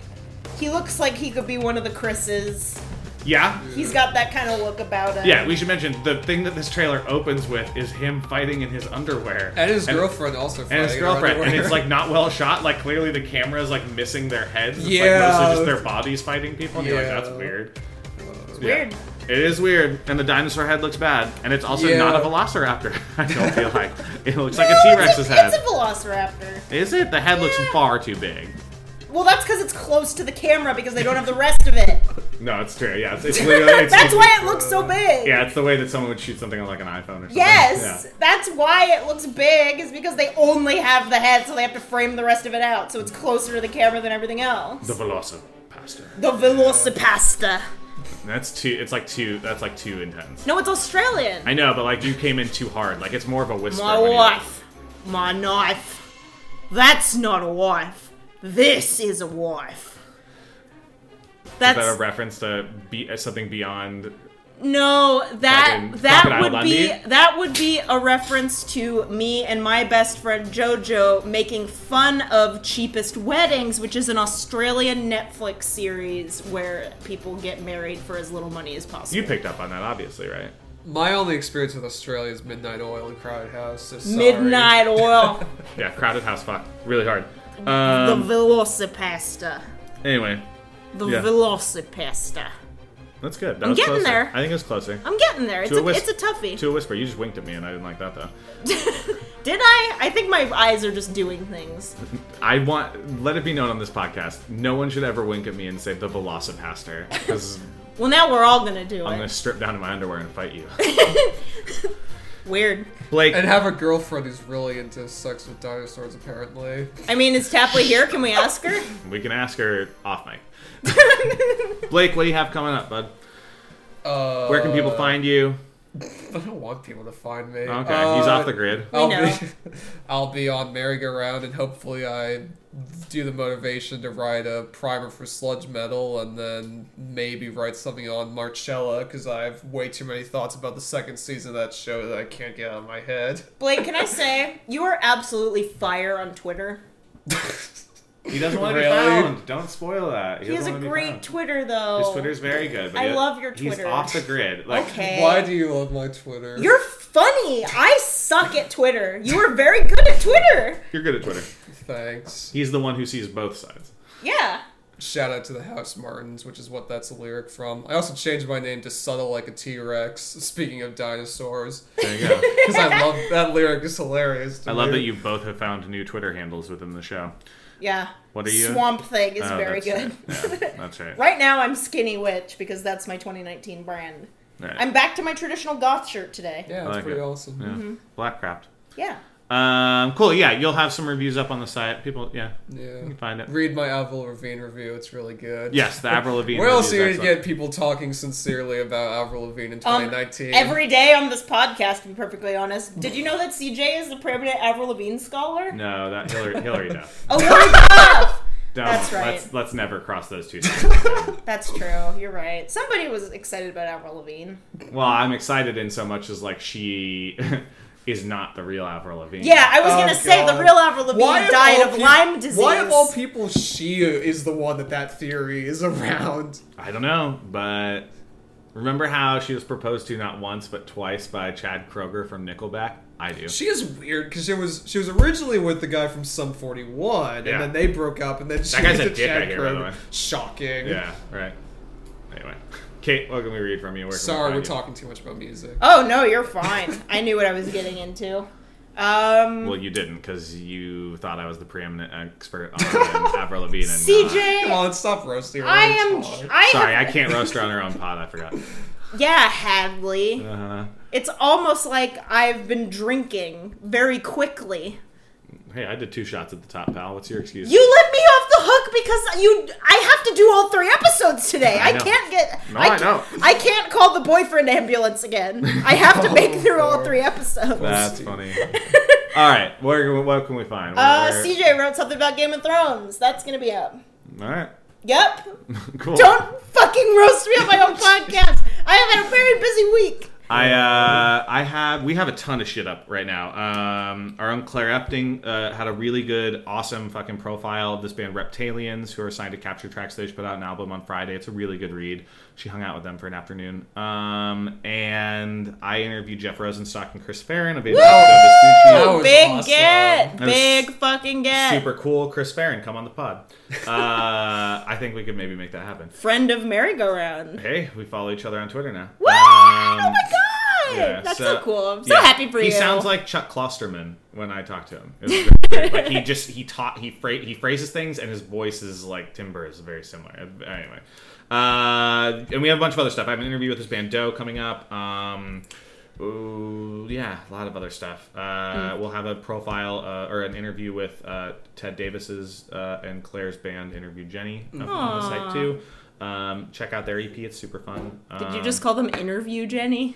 [SPEAKER 6] he looks like he could be one of the Chris's.
[SPEAKER 7] yeah.
[SPEAKER 6] He's got that kind of look about him.
[SPEAKER 7] Yeah, we should mention the thing that this trailer opens with is him fighting in his underwear.
[SPEAKER 8] and his girlfriend also
[SPEAKER 7] and his
[SPEAKER 8] fighting around the
[SPEAKER 7] girlfriend, and
[SPEAKER 8] world.
[SPEAKER 7] it's like not well shot. Like clearly the camera is like missing their heads. It's
[SPEAKER 8] Yeah.
[SPEAKER 7] like mostly just their bodies fighting people. And You're
[SPEAKER 8] Yeah.
[SPEAKER 7] like, that's weird. It's
[SPEAKER 6] weird.
[SPEAKER 7] It is weird, and the dinosaur head looks bad, and it's also
[SPEAKER 8] Yeah.
[SPEAKER 7] not a velociraptor. (laughs) I don't feel
[SPEAKER 8] (laughs)
[SPEAKER 7] like it looks like
[SPEAKER 6] No,
[SPEAKER 7] a T Rex's
[SPEAKER 6] it's, a,
[SPEAKER 7] head.
[SPEAKER 6] it's a Velociraptor.
[SPEAKER 7] Is it? The head looks
[SPEAKER 6] Yeah.
[SPEAKER 7] far too big.
[SPEAKER 6] Well, that's because it's close to the camera because they don't have the rest
[SPEAKER 7] (laughs)
[SPEAKER 6] of it.
[SPEAKER 7] No, it's true. Yeah,
[SPEAKER 6] (laughs)
[SPEAKER 7] it's, it's literally. It's,
[SPEAKER 6] that's why it looks so big.
[SPEAKER 7] Yeah, it's the way that someone would shoot something on like an iPhone or something.
[SPEAKER 6] Yes,
[SPEAKER 7] Yeah.
[SPEAKER 6] that's why it looks big. Is because they only have the head, so they have to frame the rest of it out, so it's closer to the camera than everything else.
[SPEAKER 7] The Velocipaster.
[SPEAKER 6] The Velocipasta.
[SPEAKER 7] That's too. It's like too. That's like too intense.
[SPEAKER 6] No, it's Australian.
[SPEAKER 7] I know, but like you came in too hard. Like it's more of a whisper.
[SPEAKER 6] My
[SPEAKER 7] when you-
[SPEAKER 6] wife. My knife. That's not a wife. This is a wife. That's
[SPEAKER 7] Is that a reference to be, uh, something beyond?
[SPEAKER 6] no that
[SPEAKER 7] Fucking
[SPEAKER 6] that
[SPEAKER 7] Crocodile
[SPEAKER 6] would be
[SPEAKER 7] Dundee?
[SPEAKER 6] that would be a reference to me and my best friend Jojo making fun of Cheapest Weddings, which is an Australian Netflix series where people get married for as little money as possible.
[SPEAKER 7] You picked up on that, obviously, right?
[SPEAKER 8] (laughs) My only experience with Australia is Midnight Oil and Crowded House. So sorry.
[SPEAKER 6] Midnight
[SPEAKER 7] (laughs)
[SPEAKER 6] Oil,
[SPEAKER 7] Yeah, crowded house fuck really hard. Um,
[SPEAKER 6] the Velocipasta,
[SPEAKER 7] anyway,
[SPEAKER 6] the
[SPEAKER 7] Yeah.
[SPEAKER 6] Velocipasta.
[SPEAKER 7] that's good. That
[SPEAKER 6] I'm
[SPEAKER 7] was
[SPEAKER 6] getting
[SPEAKER 7] closer.
[SPEAKER 6] there.
[SPEAKER 7] I think it was closer.
[SPEAKER 6] I'm getting there. It's
[SPEAKER 7] To a
[SPEAKER 6] a,
[SPEAKER 7] wisp.
[SPEAKER 6] it's a toughie.
[SPEAKER 7] to a whisper, you just winked at me, and I didn't like that though.
[SPEAKER 6] Did I? I think my eyes are just doing things. (laughs)
[SPEAKER 7] I want let it be known on this podcast, no one should ever wink at me and say the Velocipaster because
[SPEAKER 6] Well, now we're all gonna do
[SPEAKER 7] I'm gonna
[SPEAKER 6] it.
[SPEAKER 7] strip down to my underwear and
[SPEAKER 6] (laughs)
[SPEAKER 7] fight you,
[SPEAKER 6] Weird.
[SPEAKER 7] Blake.
[SPEAKER 8] And have a girlfriend who's really into sex with dinosaurs, apparently. (laughs)
[SPEAKER 6] I mean, is Tapley here? Can we ask
[SPEAKER 7] (laughs)
[SPEAKER 6] her?
[SPEAKER 7] We can ask her
[SPEAKER 6] (laughs)
[SPEAKER 7] off mic. Blake, what do you have coming up, bud?
[SPEAKER 8] Uh,
[SPEAKER 7] Where can people find you?
[SPEAKER 8] I don't want people to find me. Uh,
[SPEAKER 7] Okay, he's off the grid.
[SPEAKER 6] We
[SPEAKER 8] I'll
[SPEAKER 6] know.
[SPEAKER 8] be, (laughs) I'll be on merry-go-round, and hopefully I do the motivation to write a primer for sludge metal, and then maybe write something on Marcella because I have way too many thoughts about the second season of that show that I can't get out of my head.
[SPEAKER 6] Blake, can I say you are absolutely fire on Twitter?
[SPEAKER 7] He doesn't want to
[SPEAKER 8] Really?
[SPEAKER 7] be found. Don't spoil that.
[SPEAKER 6] He has a great Twitter though.
[SPEAKER 7] His Twitter's very good. But
[SPEAKER 6] I
[SPEAKER 7] yet
[SPEAKER 6] love your
[SPEAKER 7] He's
[SPEAKER 6] Twitter.
[SPEAKER 7] off the grid. Like,
[SPEAKER 6] Okay.
[SPEAKER 8] Why do you love my Twitter?
[SPEAKER 6] You're funny. I suck at Twitter. You were very good at Twitter.
[SPEAKER 7] You're good at Twitter.
[SPEAKER 8] Thanks.
[SPEAKER 7] He's the one who sees both sides.
[SPEAKER 6] Yeah.
[SPEAKER 8] Shout out to the House Martins, which is what that's a lyric from. I also changed my name to Subtle Like a T-Rex. Speaking of dinosaurs,
[SPEAKER 7] There
[SPEAKER 8] (laughs)
[SPEAKER 7] you go.
[SPEAKER 8] because I love that lyric is hilarious. to
[SPEAKER 7] I love
[SPEAKER 8] me.
[SPEAKER 7] that you both have found new Twitter handles within the show.
[SPEAKER 6] Yeah.
[SPEAKER 7] What are you?
[SPEAKER 6] Swamp Thing is
[SPEAKER 7] Oh,
[SPEAKER 6] very
[SPEAKER 7] that's
[SPEAKER 6] good. (laughs)
[SPEAKER 7] Right. Yeah, that's right.
[SPEAKER 6] Right now, I'm Skinny Witch because that's my 2019 brand.
[SPEAKER 7] Right.
[SPEAKER 6] I'm back to my traditional goth shirt today.
[SPEAKER 8] Yeah,
[SPEAKER 7] I
[SPEAKER 8] it's
[SPEAKER 7] like
[SPEAKER 8] pretty
[SPEAKER 7] it.
[SPEAKER 8] awesome.
[SPEAKER 7] (laughs) Yeah.
[SPEAKER 6] Mm-hmm.
[SPEAKER 7] Blackcraft.
[SPEAKER 6] Yeah.
[SPEAKER 7] Um, cool. Yeah, you'll have some reviews up on the site. People, yeah,
[SPEAKER 8] Yeah.
[SPEAKER 7] you can find it.
[SPEAKER 8] Read my Avril Lavigne review. It's really good.
[SPEAKER 7] Yes, the Avril Lavigne.
[SPEAKER 8] Where else are
[SPEAKER 7] review
[SPEAKER 8] you
[SPEAKER 7] is
[SPEAKER 8] going to get people talking sincerely about Avril Lavigne in
[SPEAKER 6] Um,
[SPEAKER 8] 2019?
[SPEAKER 6] every day on this podcast, to be perfectly honest. Did you know that CJ is the permanent Avril Lavigne scholar?
[SPEAKER 7] excellent. No, that Hillary, Hillary Duff.
[SPEAKER 6] Oh, Hillary
[SPEAKER 7] (laughs)
[SPEAKER 6] Duff! (laughs)
[SPEAKER 7] Don't.
[SPEAKER 6] That's right.
[SPEAKER 7] Let's, let's never cross those two. Things.
[SPEAKER 6] That's true. You're right. Somebody was excited about Avril Lavigne.
[SPEAKER 7] well, I'm excited in so much as like she (laughs) is not the real Avril Lavigne.
[SPEAKER 6] Yeah, I was
[SPEAKER 8] Oh,
[SPEAKER 6] going to say the
[SPEAKER 8] God.
[SPEAKER 6] real Avril Lavigne
[SPEAKER 8] Why
[SPEAKER 6] died
[SPEAKER 8] all
[SPEAKER 6] of
[SPEAKER 8] peop-
[SPEAKER 6] Lyme disease.
[SPEAKER 8] Why of all people, she is the one that that theory is (laughs) around?
[SPEAKER 7] I don't know, but remember how she was proposed to not once but twice by Chad Kroger from Nickelback? I do.
[SPEAKER 8] She is weird because she was she was originally with the guy from Sum 41,
[SPEAKER 7] Yeah.
[SPEAKER 8] and then they broke up, and then she
[SPEAKER 7] guy's
[SPEAKER 8] went
[SPEAKER 7] a
[SPEAKER 8] to
[SPEAKER 7] dick, I
[SPEAKER 8] Chad
[SPEAKER 7] hear, by the
[SPEAKER 8] Kroeger.
[SPEAKER 7] way.
[SPEAKER 8] Shocking.
[SPEAKER 7] yeah, right. Anyway, Kate, what can we read from you? Where can we
[SPEAKER 8] Sorry,
[SPEAKER 7] find
[SPEAKER 8] we're
[SPEAKER 7] you?
[SPEAKER 8] talking too much about music.
[SPEAKER 6] Oh, no, you're fine. I knew what I was getting into. Um,
[SPEAKER 7] Well, you didn't because you thought I was the preeminent expert on Avril Lavigne. And, uh,
[SPEAKER 6] CJ,
[SPEAKER 8] Come on, stop roasting her.
[SPEAKER 6] I am.
[SPEAKER 8] It's hard.
[SPEAKER 6] I
[SPEAKER 7] sorry, I
[SPEAKER 6] have,
[SPEAKER 7] can't roast her on her own pod. I forgot.
[SPEAKER 6] Yeah, Hadley.
[SPEAKER 7] Uh,
[SPEAKER 6] It's almost like I've been drinking very quickly.
[SPEAKER 7] hey, I did two shots at the top, pal. What's your excuse?
[SPEAKER 6] You let me off the hook because you. I have to do all three episodes today. I,
[SPEAKER 7] know.
[SPEAKER 6] can't get.
[SPEAKER 7] No, I
[SPEAKER 6] can't-
[SPEAKER 7] know.
[SPEAKER 6] I can't call the boyfriend ambulance again. I have
[SPEAKER 7] (laughs) Oh,
[SPEAKER 6] to make it through all three episodes.
[SPEAKER 7] That's funny. All right, where, can we- what can we find? Where,
[SPEAKER 6] Uh,
[SPEAKER 7] where-
[SPEAKER 6] CJ wrote something about Game of Thrones. That's gonna be up.
[SPEAKER 7] All right, (laughs)
[SPEAKER 6] Yep.
[SPEAKER 7] cool.
[SPEAKER 6] Don't fucking roast me on my own podcast. I have had a very busy week.
[SPEAKER 7] I uh, I have we have a ton of shit up right now. Um, our own Claire Epting uh, had a really good, awesome fucking profile of this band Reptilians, who are signed to Capture Tracks. They just put out an album on Friday. It's a really good read. She hung out with them for an afternoon. Um, and I interviewed Jeff Rosenstock and Chris Farron of Avenged Sevenfold of Vespucci.
[SPEAKER 8] was
[SPEAKER 6] Big
[SPEAKER 8] awesome.
[SPEAKER 6] get.
[SPEAKER 7] was
[SPEAKER 6] Big fucking get.
[SPEAKER 7] Super cool, Chris Farron, come on the pod. Uh, I think we could maybe make that happen.
[SPEAKER 6] Friend of merry-go-round.
[SPEAKER 7] Hey, we follow each other on Twitter now.
[SPEAKER 6] What? oh my
[SPEAKER 7] Um,
[SPEAKER 6] god!
[SPEAKER 7] yeah,
[SPEAKER 6] That's so, cool. I'm so
[SPEAKER 7] yeah.
[SPEAKER 6] happy for
[SPEAKER 7] he
[SPEAKER 6] you.
[SPEAKER 7] He sounds like Chuck Klosterman when I talk to him. It's very weird. like
[SPEAKER 6] (laughs)
[SPEAKER 7] he just he taught he phra- he phrases things and his voice is like timbre is very similar. Anyway, uh, and we have a bunch of other stuff. I have an interview with this band Doe coming up. Um, ooh, yeah, a lot of other stuff. Uh,
[SPEAKER 6] Hmm.
[SPEAKER 7] We'll have a profile uh, or an interview with uh, Ted Davis's uh, and Claire's band interview Jenny up on the site too. Um, check out their EP; it's super fun.
[SPEAKER 6] Did you
[SPEAKER 7] Um,
[SPEAKER 6] just call them interview Jenny?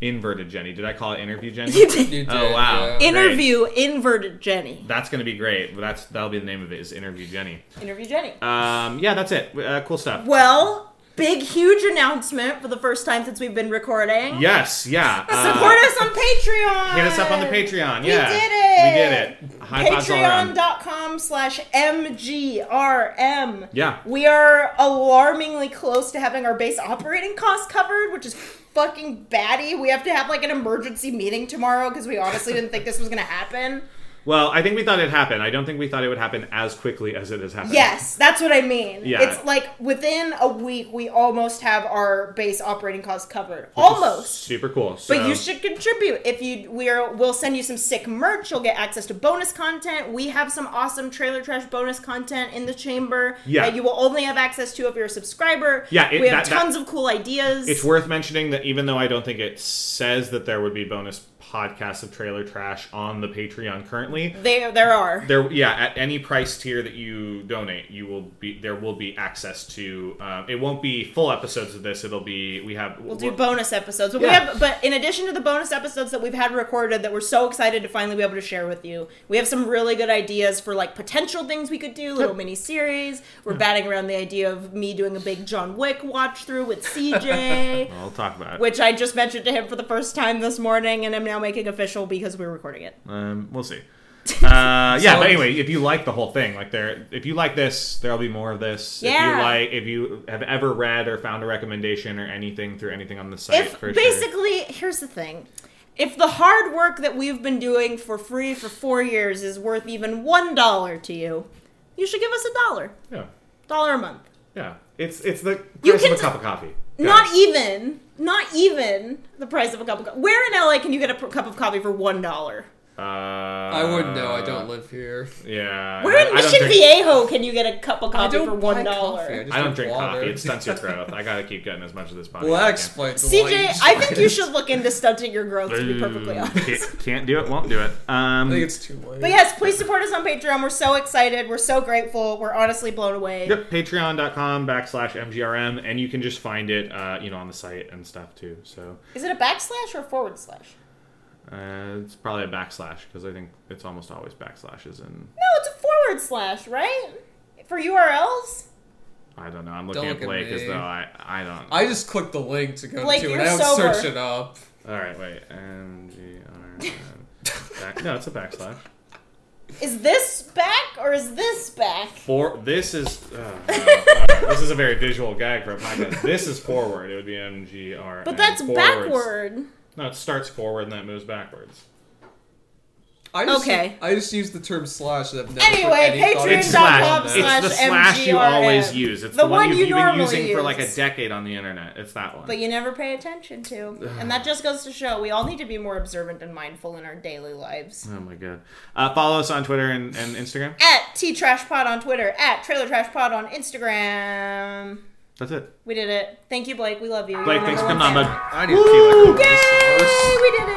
[SPEAKER 7] inverted Jenny? Did I call it interview Jenny?
[SPEAKER 6] (laughs) You did.
[SPEAKER 8] You did,
[SPEAKER 7] Oh wow!
[SPEAKER 8] yeah.
[SPEAKER 7] Great.
[SPEAKER 6] Interview inverted Jenny.
[SPEAKER 7] That's gonna be great. That's that'll be the name of it. Is interview Jenny?
[SPEAKER 6] Interview Jenny.
[SPEAKER 7] Um, yeah, that's it. Uh, cool stuff.
[SPEAKER 6] well, big huge announcement for the first time since we've been recording.
[SPEAKER 7] Yes, yeah. Uh,
[SPEAKER 6] Support us on Patreon.
[SPEAKER 7] Hit us up on the Patreon. Yeah,
[SPEAKER 6] did it.
[SPEAKER 7] We did it. High fives all around.
[SPEAKER 6] Patreon.com slash MGRM.
[SPEAKER 7] Yeah.
[SPEAKER 6] We are alarmingly close to having our base operating costs covered, which is fucking batty. We have to have like an emergency meeting tomorrow because we honestly didn't think this was going to happen.
[SPEAKER 7] Well, I think we thought it happened. I don't think we thought it would happen as quickly as it has happened.
[SPEAKER 6] Yes, that's what I mean.
[SPEAKER 7] Yeah.
[SPEAKER 6] It's like within a week, we almost have our base operating costs covered. Almost.
[SPEAKER 7] Super cool. So,
[SPEAKER 6] But you should contribute. If you, we're, we'll send you some sick merch. You'll get access to bonus content. We have some awesome trailer trash bonus content in the chamber
[SPEAKER 7] Yeah.
[SPEAKER 6] that you will only have access to if you're a subscriber.
[SPEAKER 7] Yeah, it-
[SPEAKER 6] we have
[SPEAKER 7] that- that-
[SPEAKER 6] tons of cool ideas.
[SPEAKER 7] It's worth mentioning that even though I don't think it says that there would be bonus podcasts of trailer trash on the Patreon currently,
[SPEAKER 6] there, there are.
[SPEAKER 7] there yeah at any price tier that you donate you will be there will be access to um, it won't be full episodes of this it'll be we have
[SPEAKER 6] We'll do bonus episodes, but we
[SPEAKER 7] Yeah.
[SPEAKER 6] have. But in addition to the bonus episodes that we've had recorded, that we're so excited to finally be able to share with you, we have some really good ideas for like potential things we could do, little mini series. We're batting around the idea of me doing a big John Wick watch through with CJ,
[SPEAKER 7] i'll talk about
[SPEAKER 6] (laughs)
[SPEAKER 7] it
[SPEAKER 6] which I just mentioned to him for the first time this morning, and I'm now making official because we're recording it.
[SPEAKER 7] um,
[SPEAKER 6] (laughs)
[SPEAKER 7] we'll see uh, yeah
[SPEAKER 8] So-
[SPEAKER 7] but anyway if you like the whole thing like there if you like this there'll be more of this if
[SPEAKER 6] Yeah.
[SPEAKER 7] you like if you have ever read or found a recommendation or anything through anything on the site
[SPEAKER 6] if
[SPEAKER 7] for sure.
[SPEAKER 6] basically here's the thing if the hard work that we've been doing for free for four years is worth even one dollar to you you should give us a dollar
[SPEAKER 7] yeah
[SPEAKER 6] dollar a month
[SPEAKER 7] yeah it's it's the price
[SPEAKER 6] You
[SPEAKER 7] of
[SPEAKER 6] can
[SPEAKER 7] a cup of coffee
[SPEAKER 6] not
[SPEAKER 7] guys.
[SPEAKER 6] even not even the price of a cup of coffee where in la can you get a p- cup of coffee for one dollar
[SPEAKER 7] uh,
[SPEAKER 8] I
[SPEAKER 7] i
[SPEAKER 8] wouldn't know. I
[SPEAKER 7] Uh,
[SPEAKER 8] don't live here.
[SPEAKER 7] yeah
[SPEAKER 6] where in
[SPEAKER 7] I don't
[SPEAKER 6] mission
[SPEAKER 7] drink-
[SPEAKER 6] viejo can you get a cup of
[SPEAKER 8] I
[SPEAKER 6] coffee
[SPEAKER 8] don't
[SPEAKER 6] for
[SPEAKER 8] buy coffee,
[SPEAKER 6] one dollar
[SPEAKER 8] just
[SPEAKER 7] I don't drink
[SPEAKER 8] water.
[SPEAKER 7] coffee. It
[SPEAKER 8] (laughs)
[SPEAKER 7] stunts your growth. I gotta keep getting as much of this body.
[SPEAKER 8] Well, that
[SPEAKER 7] as I
[SPEAKER 8] explains why you
[SPEAKER 6] cj i think you
[SPEAKER 8] started.
[SPEAKER 6] should look into stunting your growth to
[SPEAKER 7] can.
[SPEAKER 6] be perfectly
[SPEAKER 8] Mm.
[SPEAKER 6] honest
[SPEAKER 7] Can't, can't do it. Won't do it.
[SPEAKER 8] (laughs) I think
[SPEAKER 7] Um,
[SPEAKER 8] it's too late.
[SPEAKER 6] but yes please support us on patreon we're so excited we're so grateful we're honestly blown away
[SPEAKER 7] yep, Patreon.com backslash mgrm, and you can just find it, uh, you know, on the site and stuff too. So
[SPEAKER 6] Is it a backslash or a forward slash?
[SPEAKER 7] uh, it's probably a backslash because I think it's almost always backslashes, and
[SPEAKER 6] No, it's a forward slash, right? For URLs?
[SPEAKER 7] I don't know. I'm looking
[SPEAKER 8] Don't
[SPEAKER 7] at
[SPEAKER 8] look at
[SPEAKER 7] Blake as
[SPEAKER 8] me.
[SPEAKER 7] though I I don't.
[SPEAKER 8] I just clicked the link to go
[SPEAKER 6] Blake,
[SPEAKER 8] to it.
[SPEAKER 6] you're
[SPEAKER 8] I don't
[SPEAKER 6] sober.
[SPEAKER 8] search it up.
[SPEAKER 7] All right, wait.
[SPEAKER 8] (laughs)
[SPEAKER 7] mgrm. Back, no, it's a backslash.
[SPEAKER 6] Is this back or is this back?
[SPEAKER 7] For this is uh, uh, this is a very visual gag for a podcast. This is forward. It would be mgrm.
[SPEAKER 6] But that's
[SPEAKER 7] forwards.
[SPEAKER 6] backward.
[SPEAKER 7] No, it starts forward and then it moves backwards.
[SPEAKER 8] I just,
[SPEAKER 6] Okay.
[SPEAKER 8] I just used the term slash. And I've never put
[SPEAKER 6] Anyway,
[SPEAKER 8] any thought
[SPEAKER 7] It's
[SPEAKER 8] into
[SPEAKER 6] patreon.com
[SPEAKER 8] it.
[SPEAKER 7] slash. It's the slash you
[SPEAKER 6] MGRM.
[SPEAKER 7] always use. It's
[SPEAKER 6] The
[SPEAKER 7] the, one,
[SPEAKER 6] one
[SPEAKER 7] you've
[SPEAKER 6] you
[SPEAKER 7] been
[SPEAKER 6] normally
[SPEAKER 7] using for like a
[SPEAKER 6] use.
[SPEAKER 7] decade on the internet. It's that one.
[SPEAKER 6] But you never pay attention to. And that just goes to show we all need to be more observant and mindful in our daily lives.
[SPEAKER 7] oh my god. Uh, follow us on Twitter and, and Instagram.
[SPEAKER 6] At T Trash Pod on Twitter, at Trailer Trash Pod on Instagram.
[SPEAKER 7] That's it.
[SPEAKER 6] We did it. Thank you, Blake. We love you. You're
[SPEAKER 7] Blake,
[SPEAKER 6] our
[SPEAKER 7] thanks for
[SPEAKER 6] number
[SPEAKER 7] coming on,
[SPEAKER 6] one
[SPEAKER 7] bud.
[SPEAKER 8] I need to pee like a
[SPEAKER 6] fan. Yay! We did it!